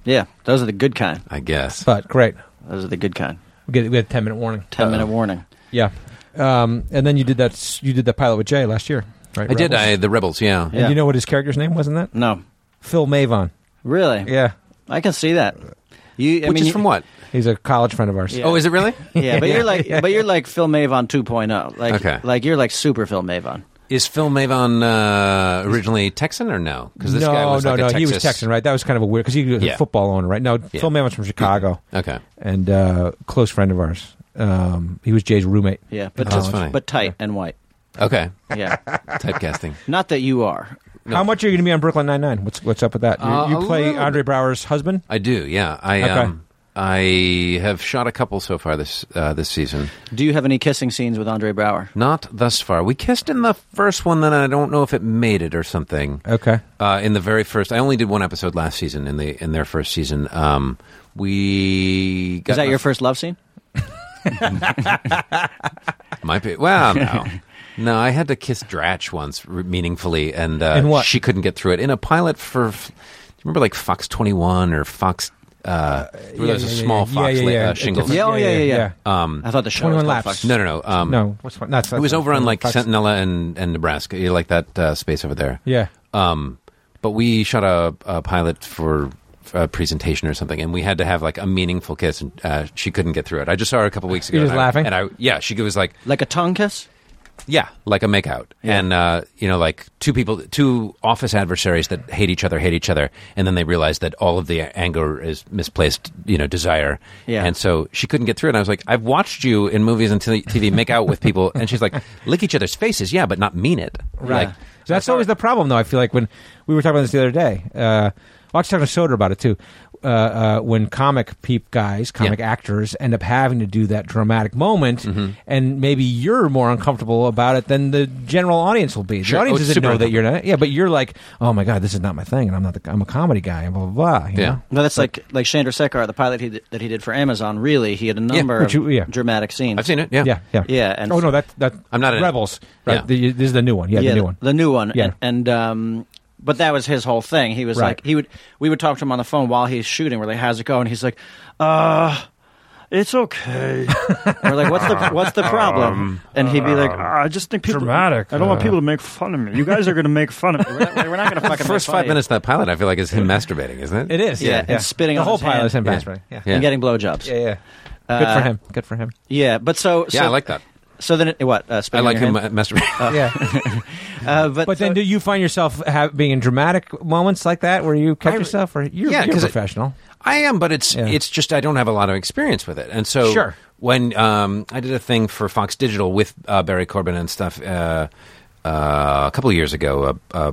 yeah those are the good kind I guess. But great. those are the good kind We get we had a ten minute warning. 10 minute warning Yeah. Um, and then you did that. s- You did that pilot with Jay last year, right? I did. Rebels? I the rebels. Yeah. And Yeah. you know what his character's name wasn't that no Phil Mavon? really Yeah, i can see that you I Which mean, is you- from what? he's a college friend of ours. Yeah. Oh, is it really? yeah but you're like but you're like phil mavon 2.0 like Okay. like you're like super phil mavon Is Phil Mavon uh, originally Texan or no? Because this no, guy was no, like no. a Texas. He was Texan, right? That was kind of a weird because he was Yeah. a football owner, right? No, Yeah. Phil Mavon's from Chicago Okay, and uh, close friend of ours. Um, he was Jay's roommate. Um, yeah but Oh, that's funny. but tight and white okay. yeah Typecasting. not that you are How much are you going to be on Brooklyn Nine Nine? What's what's up with that? You, Uh, you a play little Andre bit. Brower's husband. I do. Yeah. I Okay. um, I have shot a couple so far this uh, this season. do you have any kissing scenes with andre brower Not thus far. We kissed in the first one, then I don't know if it made it or something. Okay. Uh, in the very first, I only did one episode last season. In the in their first season, um, we got is that my- your first love scene Might be. Well, no. No, I had to kiss Dratch once r- meaningfully, and uh, In what? she couldn't get through it. In a pilot for, f- do you remember like Fox 21 or Fox? Uh, there was a small Fox la- uh, shingles. Yeah, oh, yeah, yeah, yeah. Um, I thought the show 21 was called laps. Fox. no, no, no. Um, no, what's fun? That's It was over on like Sentinella and, and Nebraska, you know, like that uh, space over there. Yeah, Um, but we shot a, a pilot for a presentation or something, and we had to have like a meaningful kiss, and uh, she couldn't get through it. I just saw her a couple weeks ago. You're just and I- laughing? and I yeah, she was like, Like a tongue kiss? yeah, like a makeout, and uh, you know, like two people, two office adversaries that hate each other, hate each other, and then they realize that all of the anger is misplaced, you know, desire. Yeah. And so she couldn't get through, it. and I was like, I've watched you in movies and t- TV make out with people, and she's like, lick each other's faces, yeah, but not mean it. Right. Like, So that's always the problem, though. I feel like when we were talking about this the other day, uh, well, I was talking to Soder about it too. Uh, uh, when comic peep guys, comic actors, end up having to do that dramatic moment, Mm-hmm. and maybe you're more uncomfortable about it than the general audience will be. Sure. The audience Oh, it's doesn't super know that you're not. Yeah, but you're like, oh my god, this is not my thing, and I'm not. The, I'm a comedy guy, and blah blah blah. you Yeah. know? No, that's like like Shander Sekar, the pilot he did, that he did for Amazon. Really, he had a number Which you- of yeah. dramatic scenes. I've seen it. Yeah. yeah, yeah, Yeah, and- oh no, that that I'm not in it. rebels. Yeah. Right, The- this is the new one. Yeah, the new one. The new one. Yeah. And, and um, but that was his whole thing. He was Right. like, he would. We would talk to him on the phone while he's shooting. We're like, "How's it going?" He's like, "Uh, it's okay." we're like, "What's the what's the Um, problem?" And he'd be like, "Ah, "I just think people dramatic. I don't want uh, people to make fun of me. You guys are going to make fun of me. We're not, we're not going to The fucking first make fun five of you." minutes of that pilot, I feel like, is him masturbating, isn't it? It is. Yeah, Yeah, and yeah. spitting the on whole his pile hand. is him Yeah. masturbating. Yeah, Yeah. and getting blowjobs. yeah, Yeah, yeah. Good for Uh, him. Good for him. But so, so Yeah, I like that. So then, it, what? Uh, I spitting on like your him hand? Oh. ma- masturbating. yeah. Uh, but But so- then, do you find yourself ha being in dramatic moments like that where you catch I- yourself, or you're, Yeah, you're 'cause it- professional? I am, but it's Yeah. it's just I don't have a lot of experience with it, and so Sure. when um, I did a thing for Fox Digital with uh, Barry Corbin and stuff uh, uh, a couple of years ago, uh, uh,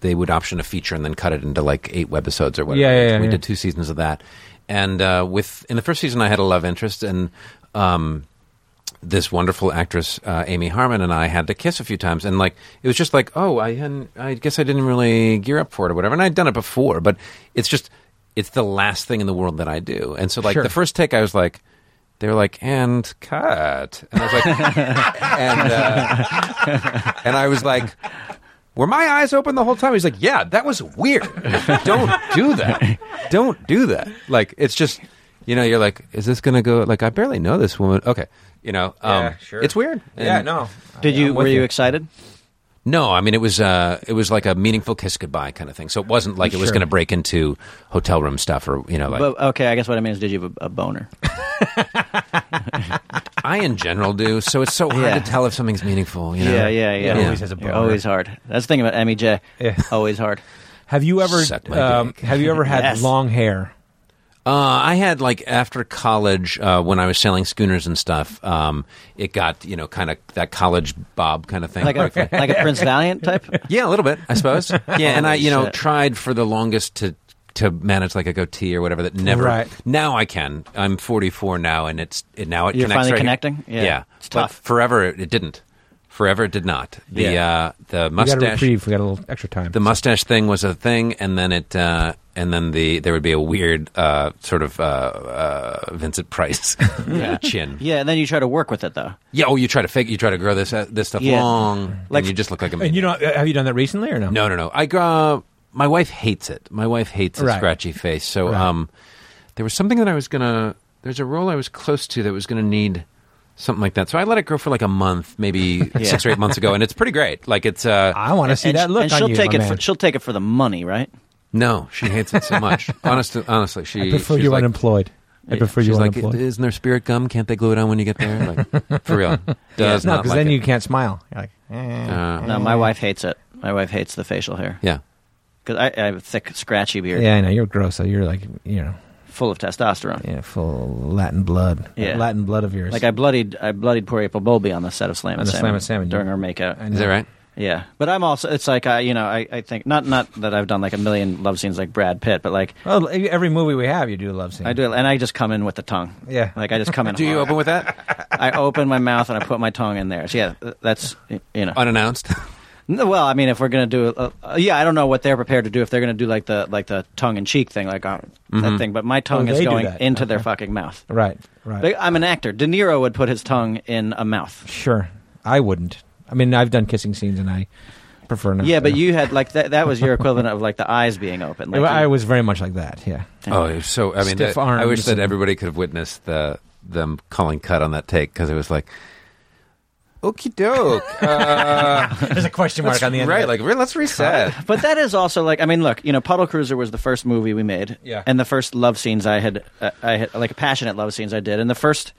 they would option a feature and then cut it into like eight webisodes or whatever. Yeah, yeah, yeah, we yeah. did two seasons of that, and uh, with in the first season I had a love interest and. Um, this wonderful actress uh, Amy Harmon and I had to kiss a few times, and like it was just like, oh, I hadn't, I guess I didn't really gear up for it or whatever, and I'd done it before, but it's just it's the last thing in the world that I do, and so like Sure. the first take, I was like. They were like, and cut. And I was like, and, uh, and I was like, were my eyes open the whole time? He's like, yeah, that was weird. Don't do that. Don't do that. Like, it's just, you know, you're like, is this going to go? Like, I barely know this woman. Okay. You know, um, Yeah, sure. it's weird. And- did you were you excited? No, I mean, it was, uh, it was like a meaningful kiss goodbye kind of thing. So it wasn't like it was Sure. going to break into hotel room stuff or, you know, like, But okay, I guess what I mean is, did you have a, a boner? I in general do. So it's so hard Yeah. to tell if something's meaningful, you know? Yeah, yeah, yeah. always has a Yeah, boner. Always hard. That's the thing about Emmy J. Yeah. Always hard. Have you ever Suck my um, dick. have you ever had Yes. long hair? Uh, I had like after college uh, when I was sailing schooners and stuff. Um, it got you know kind of that college bob kind of thing. Like a like a Prince Valiant type. yeah, a little bit, I suppose. Yeah, and I Holy you know shit. tried for the longest to to manage like a goatee or whatever. That never. Right. Now I can. I'm 44 now, and it's it now it You're connects finally right here. connecting? Yeah. It's But tough. forever it, it didn't. Forever it did not. The Yeah. uh, the We got a mustache reprieve. We got a little extra time. the mustache thing was a thing, and then it, uh, and then the there would be a weird uh, sort of uh, uh, Vincent Price chin. Yeah, and then you try to work with it though. Yeah, oh, you try to fake, you try to grow this uh, this stuff Yeah. long, Like- and you just look like a. and you know, know, have you done that recently or no? no, no, no. I uh, my wife hates it. My wife hates a Right. scratchy face. So Right. um, there was something that I was gonna. There's a role I was close to that was gonna need. Something like that. So I let it grow for like a month, maybe six or eight months ago, and it's pretty great. Like it's uh, I want to see and that sh- look and on she'll you, take my it. man. For, she'll take it for the money, right? no, she hates it so much. Honest, honestly, she I prefer she's you like, unemployed. I prefer you She's like, unemployed. isn't there spirit gum? Can't they glue it on when you get there? Like, for real, does no, not because like then it. you can't smile. You're like, eh. Uh, No, my wife hates it. My wife hates the facial hair yeah, because I, I have a thick, scratchy beard, yeah, I know you're gross. So you're like, you know, full of testosterone. yeah, full Latin blood. That Yeah. Latin blood of yours. Like I bloodied, I bloodied poor April Bowlby on the set of Slam On and the Salmon, Slam and Salmon, during yeah. our makeout. I is that know. right? Yeah, but I'm also. It's like I, you know, I, I think not not that I've done like a million love scenes like Brad Pitt, but like Oh, every movie we have, you do a love scene. I do, and I just come in with the tongue. Yeah. like I just come in. Do you hard. open with that I open my mouth and I put my tongue in there. So yeah, that's you know. unannounced? No, Well, I mean, if we're gonna do, uh, uh, yeah, I don't know what they're prepared to do if they're gonna do like the like the tongue in cheek thing, like uh, that thing. But my tongue Oh, is they do going that. into their Okay. fucking mouth. Right. Right. Like, I'm an actor. De Niro would put his tongue in a mouth. Sure. I wouldn't. I mean, I've done kissing scenes, and I prefer not. yeah, to. but you had like that. That was your equivalent of like the eyes being open. Like, I you- was very much like that. Yeah. Oh, it was so I mean, Stiff that- I wish arms that and- everybody could have witnessed the them calling cut on that take because it was like, okie doke, uh, There's a question let's- right? Like, re- let's reset. But that is also like I mean, look, you know, Puddle Cruiser was the first movie we made, Yeah. and the first love scenes I had, uh, I had like passionate love scenes I did, and the first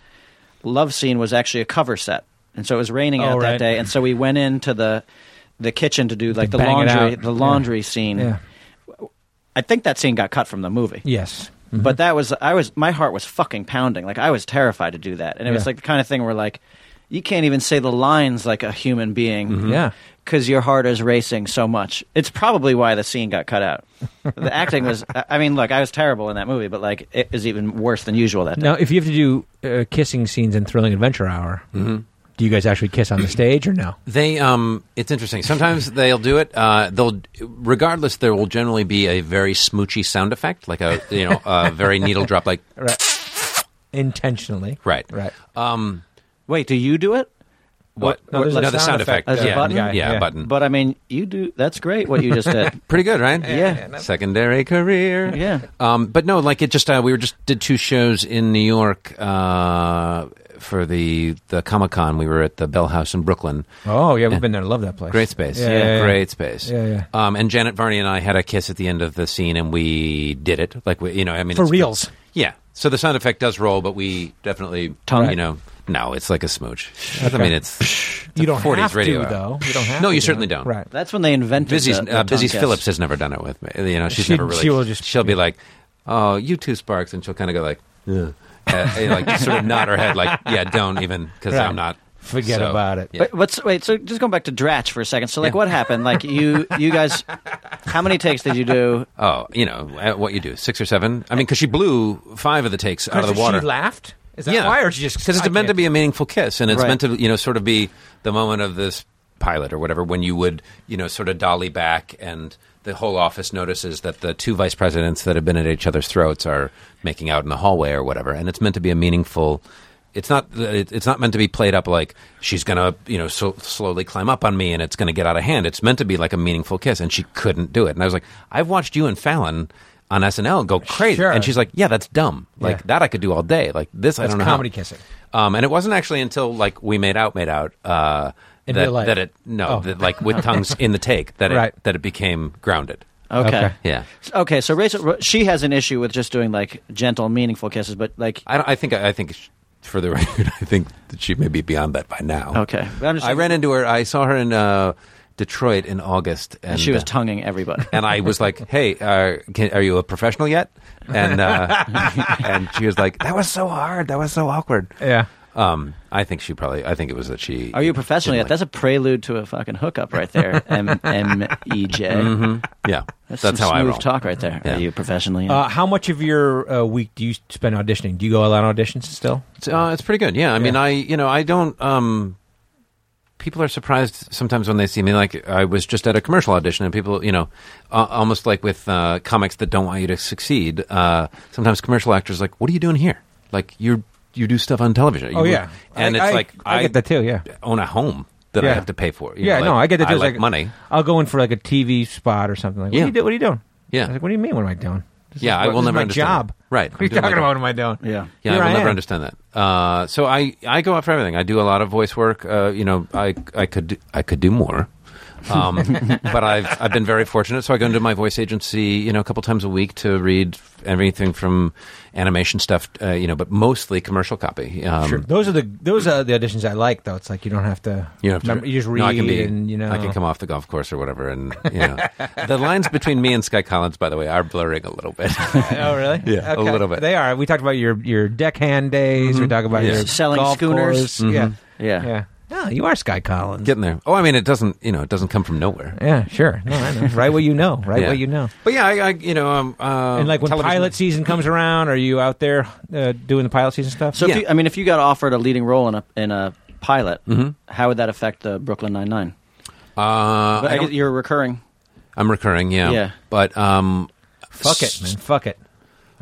love scene was actually a cover set, and so it was raining Oh, out right. that day, and so we went into the the kitchen to do like the bang it laundry, out. the Yeah. laundry scene. Yeah. I think that scene got cut from the movie. Yes. Mm-hmm. But that was I was my heart was fucking pounding. Like I was terrified to do that. And it was Yeah. like the kind of thing where like you can't even say the lines like a human being. Mm-hmm. Yeah. Cuz your heart is racing so much. It's probably why the scene got cut out. The acting was I I mean, look, I was terrible in that movie, but like it was even worse than usual that day. Now, if you have to do uh, kissing scenes in Thrilling Adventure Hour, Mm-hmm. do you guys actually kiss on the stage or no? They um, it's interesting. Sometimes they'll do it. Uh, they'll regardless. There will generally be a very smoochy sound effect, like a you know a very needle drop, like Intentionally. right, Right. Um, Wait, do you do it? what? No, there's a the sound sound effect. effect. There's a yeah, button? yeah, Yeah. button. But I mean, you do that's great what you just did. Pretty good, right? Yeah. yeah. Secondary career. Yeah. Um, but no, like it just uh, we were just did two shows in New York uh, for the the Comic Con. We were at the Bell House in Brooklyn. Oh yeah, we've been there. Love that place. Great space. Yeah, yeah, yeah. Great space. Yeah, yeah. Um, and Janet Varney and I had a kiss at the end of the scene, and we did it. Like we, you know, I mean, For it's- reals. Yeah. So the sound effect does roll, but we definitely Tongue? You know, no, it's like a smooch. I Okay. mean, it's, it's You a don't 40s have radio to hour. though. You don't have. No, to you do certainly it. don't. Right. That's when they invented Busy's, the, the uh, Busy tongue kiss. Phillips has never done it with me. You know, she's She- never really. she will just- she'll be like, "Oh, you two sparks," and she'll kind of go like, "Ugh." uh, you know, like sort of nod her head, like, "Yeah, don't even," because Right. I'm not. Forget so- about it. Yeah. But what's wait? So just going back to Dratch for a second. So like, what happened? Like you, you guys, how many takes did you do? Oh, you know uh, what you do, six or seven. Uh, I mean, because she blew five of the takes out of the water. She laughed. Is that yeah, why, or she just because it's I meant to can't- be a meaningful kiss, and it's Right. meant to you know sort of be the moment of this pilot or whatever when you would you know sort of dolly back and. The whole office notices that the two vice presidents that have been at each other's throats are making out in the hallway or whatever, and it's meant to be a meaningful. It's not. it- It's not meant to be played up like she's gonna, you know, so, slowly climb up on me and it's gonna get out of hand. It's meant to be like a meaningful kiss, and she couldn't do it. And I was like, I've watched you and Fallon on SNL go crazy, Sure. and she's like, Yeah, that's dumb. Like Yeah. that I could do all day. Like this, I That's don't know. how." comedy kissing. Um, and it wasn't actually until like we made out, made out. Uh, In that, real life. that it no, Oh. that, like with tongues in the take that it Right. that it became grounded. Okay. Okay. Yeah, Okay, so Rachel, she has an issue with just doing like gentle, meaningful kisses, but like, I, don't- I think I think sh- for the record, I think that she may be beyond that by now. okay. But I'm just I ran into her. I saw her in uh, Detroit in August, and and she was uh, tonguing everybody. and I was like, "Hey, uh, can, are you a professional yet?" And uh, and she was like, "That was so hard. That was so awkward." Yeah. Um, I think she probably. I think it was that she. Are you a professional yet? didn't That's a prelude to a fucking hookup right there. M M E J. like- yeah. Mm-hmm. That's, That's some how I smooth roll. talk right there. Yeah. Are you professional yet? Uh, how much of your uh, week do you spend auditioning? Do you go a lot on auditions still? It's, uh, it's pretty good. Yeah. I mean, Yeah. I you know I don't. Um, people are surprised sometimes when they see me. Like I was just at a commercial audition, and people you know uh, almost like with uh, comics that don't want you to succeed. Uh, sometimes commercial actors like, "What are you doing here? Like you're you do stuff on television. You- and Oh, I- it's I- like I, get that too. Yeah. own a home that I Yeah. have to pay for. you yeah, know, no, like, I get that. I too. It's like money. I'll go in for like a TV spot or something. Like, what, Yeah. are you do, what are you doing? Yeah. I was like, what do you mean? What am I doing? This Yeah, is, I what- will this is never my understand job. that. Right. What I'm are you doing my talking about? job. What am I doing? yeah. Yeah, Here I will I never am. understand that. Uh, so I, I go out for everything. I do a lot of voice work. Uh, you know, I I could I could do more, um, but I've I've been very fortunate. So I go into my voice agency, you know, a couple times a week to read everything from animation stuff, uh, you know, but mostly commercial copy. Um, Sure. Those are the those are the auditions I like though. It's like you don't have to. You have to- remember- you just read No, I can be- and you know. I can come off the golf course or whatever, and you know, the lines between me and Sky Collins, by the way, are blurring a little bit. Oh really? Yeah, a Okay. little bit. Mm-hmm. They are. We talked about your your deckhand days. We talk about Yeah. your Selling golf schooners. course. Mhm. Yeah, Yeah. yeah. No, you are Sky Collins. Getting there. Oh, I mean, it doesn't. You know, it doesn't come from nowhere. Yeah, sure. No, I know. Write what you know. Write Yeah. what you know. But yeah, I, I you know, um, uh, and like when television- pilot season comes around, are you out there uh, doing the pilot season stuff? So, Yeah. If you, I mean, if you got offered a leading role in a in a pilot, Mm-hmm. how would that affect the Brooklyn Nine Nine? Uh, But I I don't- guess you're recurring. I'm recurring, yeah. Yeah. But um, fuck it, s- man. Fuck it.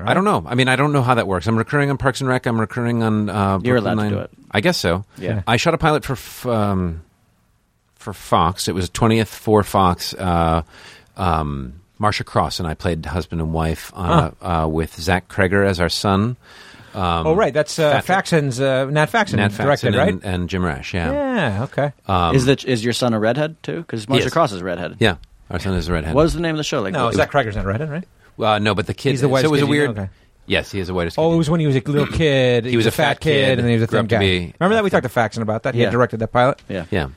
I don't know. I mean, I don't know how that works. I'm recurring on Parks and Rec. I'm recurring on. Uh, You're Brooklyn allowed to Nine- do it. I guess so. Yeah. I shot a pilot for. F- um, for Fox. It was 20th for Fox. Uh, um, Marsha Cross and I played husband and wife on a- uh, with Zach Kreger as our son. Um, oh, right. That's uh, Fatrick- Faxon's, uh, Nat Faxon Nat directed, Faxon right? and, and Jim Rash. yeah, okay. Um, is that is your son a redhead too? Because Marsha Yes. Cross is redheaded. Yeah, our son is a redhead. What is the name of the show? Like no, what- Zach Kreger's not redhead, right? uh, no, but the kid. He's the so it whitest was a kid you weird. know, okay. Yes, he is a whitest. Oh, kid. it was when he was a little kid. He was a fat kid, and he was a grew thin up to guy. be- Remember that we talked to Faxon about that. He Yeah. had directed that pilot. Yeah. Yeah.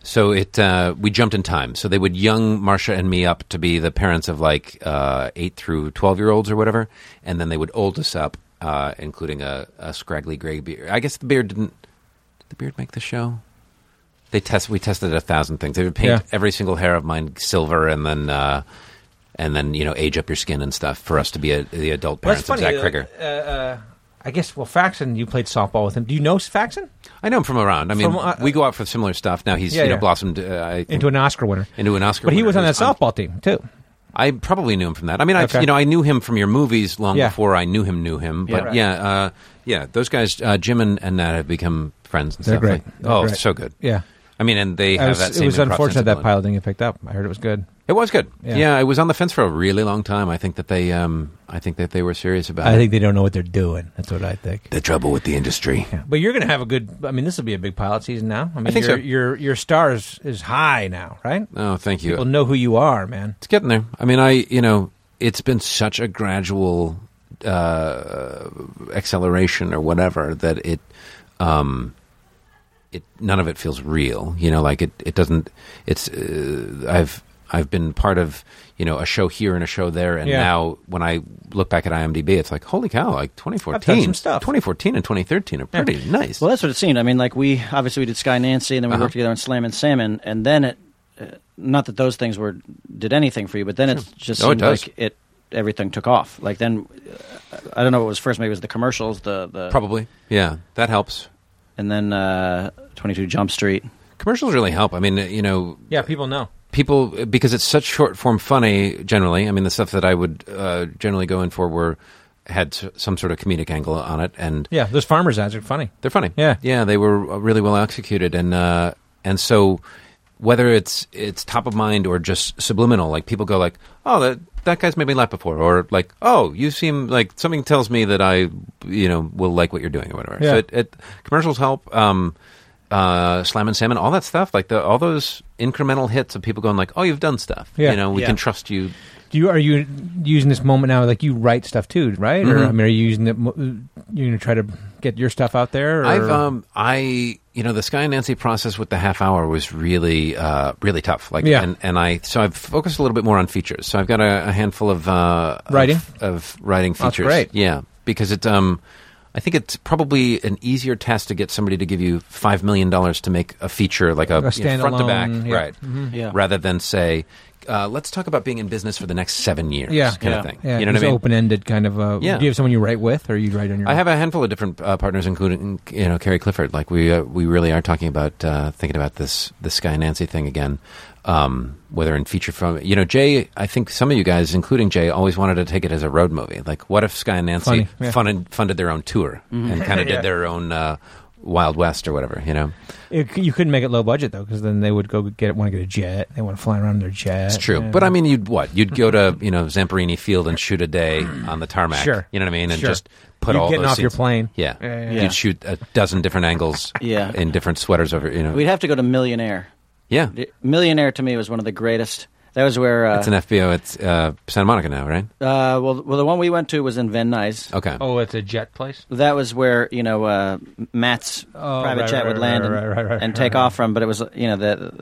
So it uh, we jumped in time. So they would young Marcia and me up to be the parents of like uh, eight through twelve year olds or whatever, and then they would old us up, uh, including a, a scraggly gray beard. I guess the beard didn't. Did the beard make the show? They test. We tested a thousand things. They would paint Yeah. every single hair of mine silver, and then uh, and then you know age up your skin and stuff for us to be a, the adult Well, that's parents funny. of uh, Zach Krieger. Uh, uh, I guess. Well, Faxon, you played softball with him. Do you know Faxon? I know him from around. I mean, From, uh, we go out for similar stuff. Now he's Yeah, you know yeah. blossomed uh, I think, Into an Oscar winner. into an Oscar. but he winner was on that who's softball team too. I probably knew him from that. I mean, I Okay. you know I knew him from your movies long Yeah. before I knew him knew him. But yeah, Right. uh, yeah, those guys, uh, Jim and, and Nat, have become friends. And They're stuff. great. Like, They're oh, great. so good. Yeah, I mean, and they I have was- that. it Same was improv unfortunate that sensibility. pilot didn't get picked up. I heard it was good. It was good. Yeah. Yeah. it was on the fence for a really long time. I think that they, um, I think that they were serious about. I it. think they don't know what they're doing. That's what I think. the trouble with the industry. But you're going to have a good. I mean, this will be a big pilot season now. I mean, think your, so. your your star is, is high now, right? Oh, thank you. People know who you are, man. It's getting there. I mean, I you know, it's been such a gradual uh, acceleration or whatever that it, um, it none of it feels real. You know, like it it doesn't. It's uh, I've I've been part of you know a show here and a show there, and Yeah. now when I look back at IMDb, it's like holy cow! Like 2014, some stuff. 2014 and 2013 are pretty nice. Well, that's what it seemed. I mean, like we obviously we did Sky Nancy, and then we Uh-huh. worked together on Slam and Salmon, and then it. Uh, not that those things were did anything for you, but then it just No, it seemed does. like it everything took off. Like then, uh, I don't know what was first. Maybe it was the commercials, the the Probably, yeah, that helps. and then uh, Twenty Two Jump Street. Commercials really help. I mean, you know, Yeah, people know. people because it's such short form funny generally i mean the stuff that i would uh, generally go in for were had s- some sort of comedic angle on it and Yeah, those farmers ads are funny. they're funny Yeah. yeah they were uh, really well executed and uh, and so whether it's it's top of mind or just subliminal like people go like oh that that guy's made me laugh before or like oh you seem like something tells me that i you know will like what you're doing or whatever Yeah. so it, it commercials help um uh, slam and salmon, all that stuff, like the all those incremental hits of people going like, "Oh, you've done stuff," Yeah. you know, we Yeah. can trust you. Do you are you using this moment now? Like you write stuff too, right? Or Mm-hmm. I mean, are you using it? mo- You're going to try to get your stuff out there. Or? I've um I you know the Sky and Nancy process with the half hour was really uh really tough. Like Yeah. and, and I so I've focused a little bit more on features. So I've got a, a handful of uh of- Writing? of, writing That's features. great. Yeah, because it um I think it's probably an easier task to get somebody to give you five million dollars to make a feature like a, A you know, front to back, standalone, yeah. right? Yeah. Rather than say. Uh, let's talk about being in business for the next seven years, Yeah. kind Yeah. of thing. yeah, you know what it's I mean? open ended kind of. Uh, Yeah. Do you have someone you write with, or you write on your? I own? have a handful of different uh, partners, including you know Carrie Clifford. Like we uh, we really are talking about uh, thinking about this this Sky Nancy thing again, um, whether in feature film. You know, Jay. I think some of you guys, including Jay, always wanted to take it as a road movie. Like, what if Sky and Nancy Funny, yeah. funded funded their own tour and kind of Mm-hmm. Yeah. did their own uh, Wild West or whatever? You know, It, you couldn't make it low budget though, because then they would go get want to get a jet. They want to fly around in their jet. it's true. and- But I mean, you'd what? You'd go to you know Zamperini Field and shoot a day on the tarmac. Sure. You know what I mean? And Sure. just put You're all getting those off your scenes- plane. Yeah. Yeah, yeah, yeah. You'd shoot a dozen different angles. Yeah. Uh, In different sweaters over. You know. We'd have to go to Millionaire. yeah. The- Millionaire to me was one of the greatest. That was where uh, It's an FBO. It's uh, Santa Monica now, right? uh, well, well, the one we went to was in Van Nuys. Okay. oh, it's a jet place. That was where you know uh, Matt's Oh, private right, jet right, would right, land right, and, right, right, and right, take right. off from. But it was you know the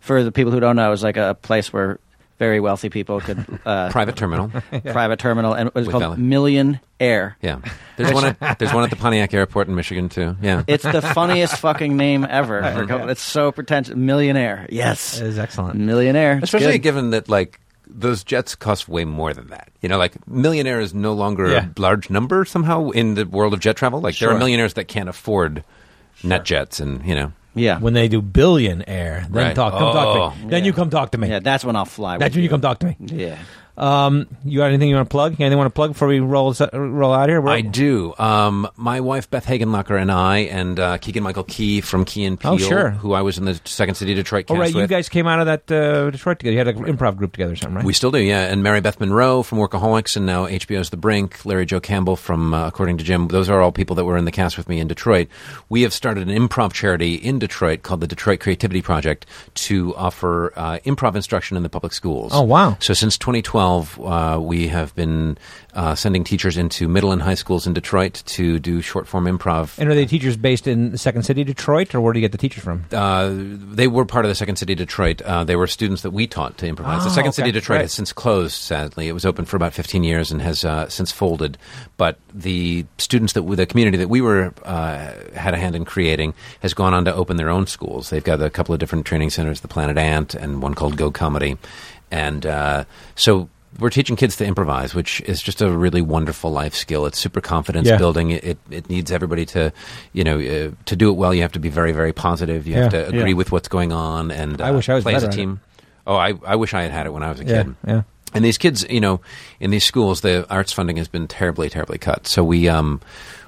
for the people who don't know, it was like a place where very wealthy people could uh, Private terminal. private terminal, and it was With called valet. Million Air. Yeah. There's one. At, there's one at the Pontiac Airport in Michigan too. Yeah. It's the funniest fucking name ever. for a couple- It's so pretentious. Millionaire. Yes. It is excellent. Millionaire. It's Especially good. given that like those jets cost way more than that. You know, like millionaire is no longer Yeah. a large number somehow in the world of jet travel. Like there Sure. are millionaires that can't afford net jets, and you know. Yeah. When they do billionaire, then Right. Oh. talk. Come talk to me. Then Yeah. you come talk to me. yeah, that's when I'll fly. That's with when you come talk to me. you. Yeah. Um, you got anything you want to plug? Anything you want to plug before we roll us- roll out here? We're- I do. Um, my wife Beth Hagenlocker and I, and uh, Keegan Michael Key from Key and Peele, Oh, sure. who I was in the Second City Detroit Oh cast right, you with. guys came out of that uh, Detroit together. You had an improv group together, or something, right? We still do, yeah. And Mary Beth Monroe from Workaholics, and now HBO's The Brink. Larry Joe Campbell from uh, According to Jim. Those are all people that were in the cast with me in Detroit. We have started an improv charity in Detroit called the Detroit Creativity Project to offer uh, improv instruction in the public schools. Oh, wow. So since 2012, uh, we have been uh, sending teachers into middle and high schools in Detroit to do short form improv. and are they teachers based in the Second City, Detroit, or where do you get the teachers from? uh, they were part of the Second City Detroit. Uh, they were students that we taught to improvise. the Ah, Second okay. City Detroit Right. has since closed, sadly. It was open for about 15 years and has uh, since folded. But the students that the community that we were uh, had a hand in creating has gone on to open their own schools. They've got a couple of different training centers, the Planet Ant and one called Go Comedy, and uh, so. We're teaching kids to improvise, which is just a really wonderful life skill. It's super confidence Yeah. building. It, it, it needs everybody to, you know, uh, to do it well. You have to be very, very positive. You have Yeah. to agree Yeah. with what's going on and uh, I wish I was play as a better at team. Oh, I, I wish I had had it when I was a Yeah, kid. yeah. And these kids, you know, in these schools, the arts funding has been terribly, terribly cut. So we um,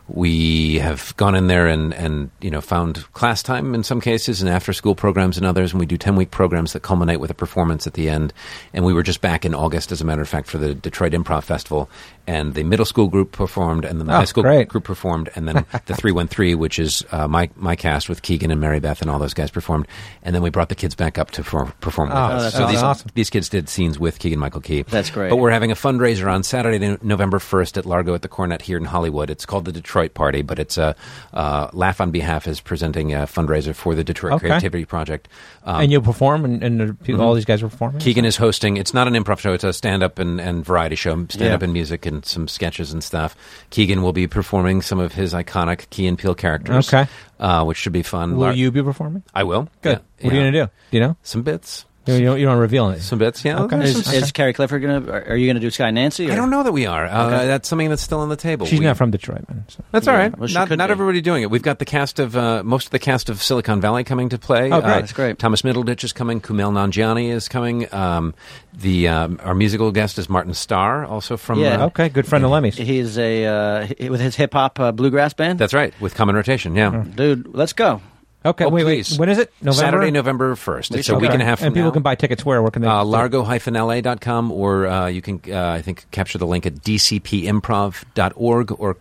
we have gone in there and and you know found class time in some cases and after school programs in others, and we do ten week programs that culminate with a performance at the end. And we were just back in August, as a matter of fact, for the Detroit Improv Festival, and the middle school group performed, and then the Oh, high school great. group group performed, and then the three one three, which is uh, my my cast with Keegan and Mary Beth and all those guys performed, and then we brought the kids back up to for, perform with Oh, us. that's so these awesome. these kids did scenes with Keegan Michael Key. That's great. But we're having a fundraiser on Saturday, No- November first, at Largo at the Cornet here in Hollywood. It's called the Detroit Party, but it's a uh, Laugh on Behalf is presenting a fundraiser for the Detroit Okay. Creativity Project. Um, mm-hmm. and you perform, and, and the people, all these guys are performing. Keegan is hosting. It's not an improv show. It's a stand-up and, and variety show, stand-up Yeah. and music, and some sketches and stuff. Keegan will be performing some of his iconic Key and Peele characters. Okay. uh, which should be fun. Will Lar- you be performing? I will. Good. Yeah. What are you Yeah. gonna do? Do you know? Some bits. You, you don't, you don't reveal it. Some bits. Yeah. Okay. There's Is, some- is Carrie Clifford gonna? Are, are you gonna do Sky Nancy? Or? I don't know that we are. Uh, Okay. That's something that's still on the table. She's We- not from Detroit, man. So. That's all Yeah. right. Well, she not could not be. everybody doing it. We've got the cast of uh, most of the cast of Silicon Valley coming to play. Oh, great. Uh, That's great. Thomas Middleditch is coming. Kumail Nanjiani is coming. Um, the um, our musical guest is Martin Starr, also from. Yeah. uh, Okay, good friend of Lemmy's. He's a uh, h- with his hip hop uh, bluegrass band. That's right. With common rotation. Yeah. dude. Let's go. Okay, Oh, wait, wait. please. When is it? November? Saturday, November first. It's a week Okay. and a half. From And people now. can buy tickets where? Where can they? uh, largo-la.com or uh, you can uh, i think capture the link at dcpimprov.org or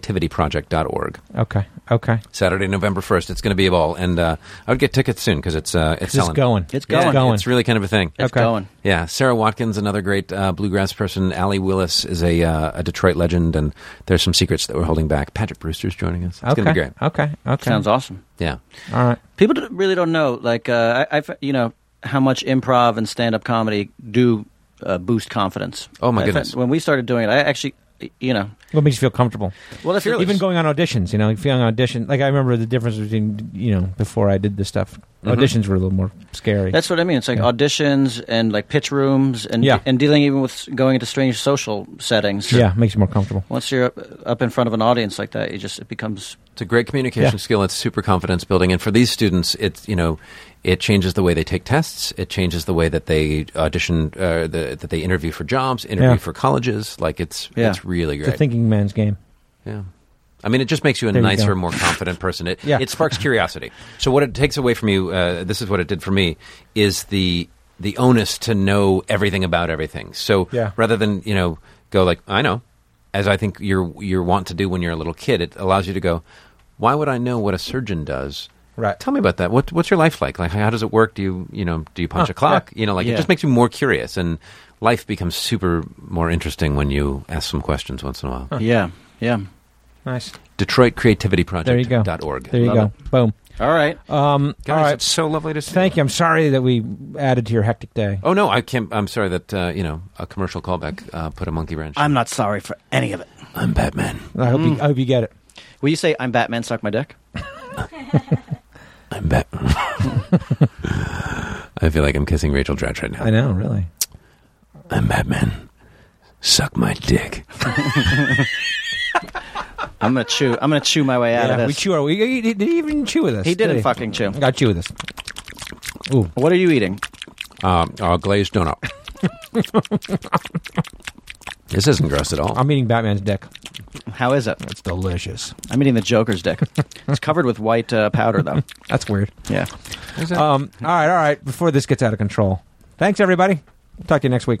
detroitcreativityproject.org Okay, okay. saturday november 1st it's going to be a ball and uh, i would get tickets soon because it's, uh, it's It's selling going. It's Yeah, going. going. it's really kind of a thing It's Okay. going. yeah sarah watkins another great uh, bluegrass person allie willis is a, uh, a detroit legend and there's some secrets that we're holding back patrick brewster's joining us it's okay. going to be great Okay, okay. Sounds awesome. yeah All right. People don't- really don't know, like uh, I, I've you know how much improv and stand up comedy do uh, boost confidence. Oh, my In fact, goodness. When we started doing it, I actually, you know, What makes you feel comfortable? well, if Even going on auditions, you know, feeling audition. Like I remember the difference between you know before I did this stuff. Mhm. Auditions were a little more scary. That's what I mean. It's like Yeah. auditions and like pitch rooms and Yeah. and dealing even with going into strange social settings. yeah, makes you more comfortable. Once you're up, up in front of an audience like that, it just it becomes It's a great communication Yeah. skill. It's super confidence building, and for these students, it's you know, it changes the way they take tests. It changes the way that they audition, uh, the, that they interview for jobs, interview Yeah. for colleges. Like it's Yeah. it's really It's a great. thinking man's game. yeah. I mean, it just makes you a There you go. nicer, more confident person. It, Yeah. it sparks curiosity. So, what it takes away from you, uh, this is what it did for me, is the the onus to know everything about everything. So, Yeah. rather than you know go like I know, as I think you're you want to do when you're a little kid, it allows you to go. Why would I know what a surgeon does? Right. Tell me about that. What, what's your life like? Like, how does it work? Do you you know do you punch Huh, a clock? You know, like Yeah. it just makes you more curious, and life becomes super more interesting when you ask some questions once in a while. yeah, yeah. Nice. DetroitCreativityProject.org. There you go. There you Love go. Boom. All right. Um, Guys, all right. it's so lovely to see. Thank you. I'm sorry that we added to your hectic day. Oh no, I can't. I'm sorry that uh, you know a commercial callback uh, put a monkey wrench. I'm not sorry for any of it. I'm Batman. I hope Mm. you, I hope you get it. Will you say I'm Batman? Suck my dick. I'm Batman. I feel like I'm kissing Rachel Dratch right now. I know, really. I'm Batman. Suck my dick. I'm gonna chew. I'm gonna chew my way out Yeah, of we this. chew our. We, he didn't even chew with us. he didn't did fucking chew. Got chew with us. Ooh, What are you eating? Um, uh, glazed donut. This isn't gross at all. I'm eating Batman's dick. How is it? It's delicious. I'm eating the Joker's dick. it's covered with white uh, powder, though. That's weird. Yeah. Um, all right, all right. Before this gets out of control. Thanks, everybody. Talk to you next week.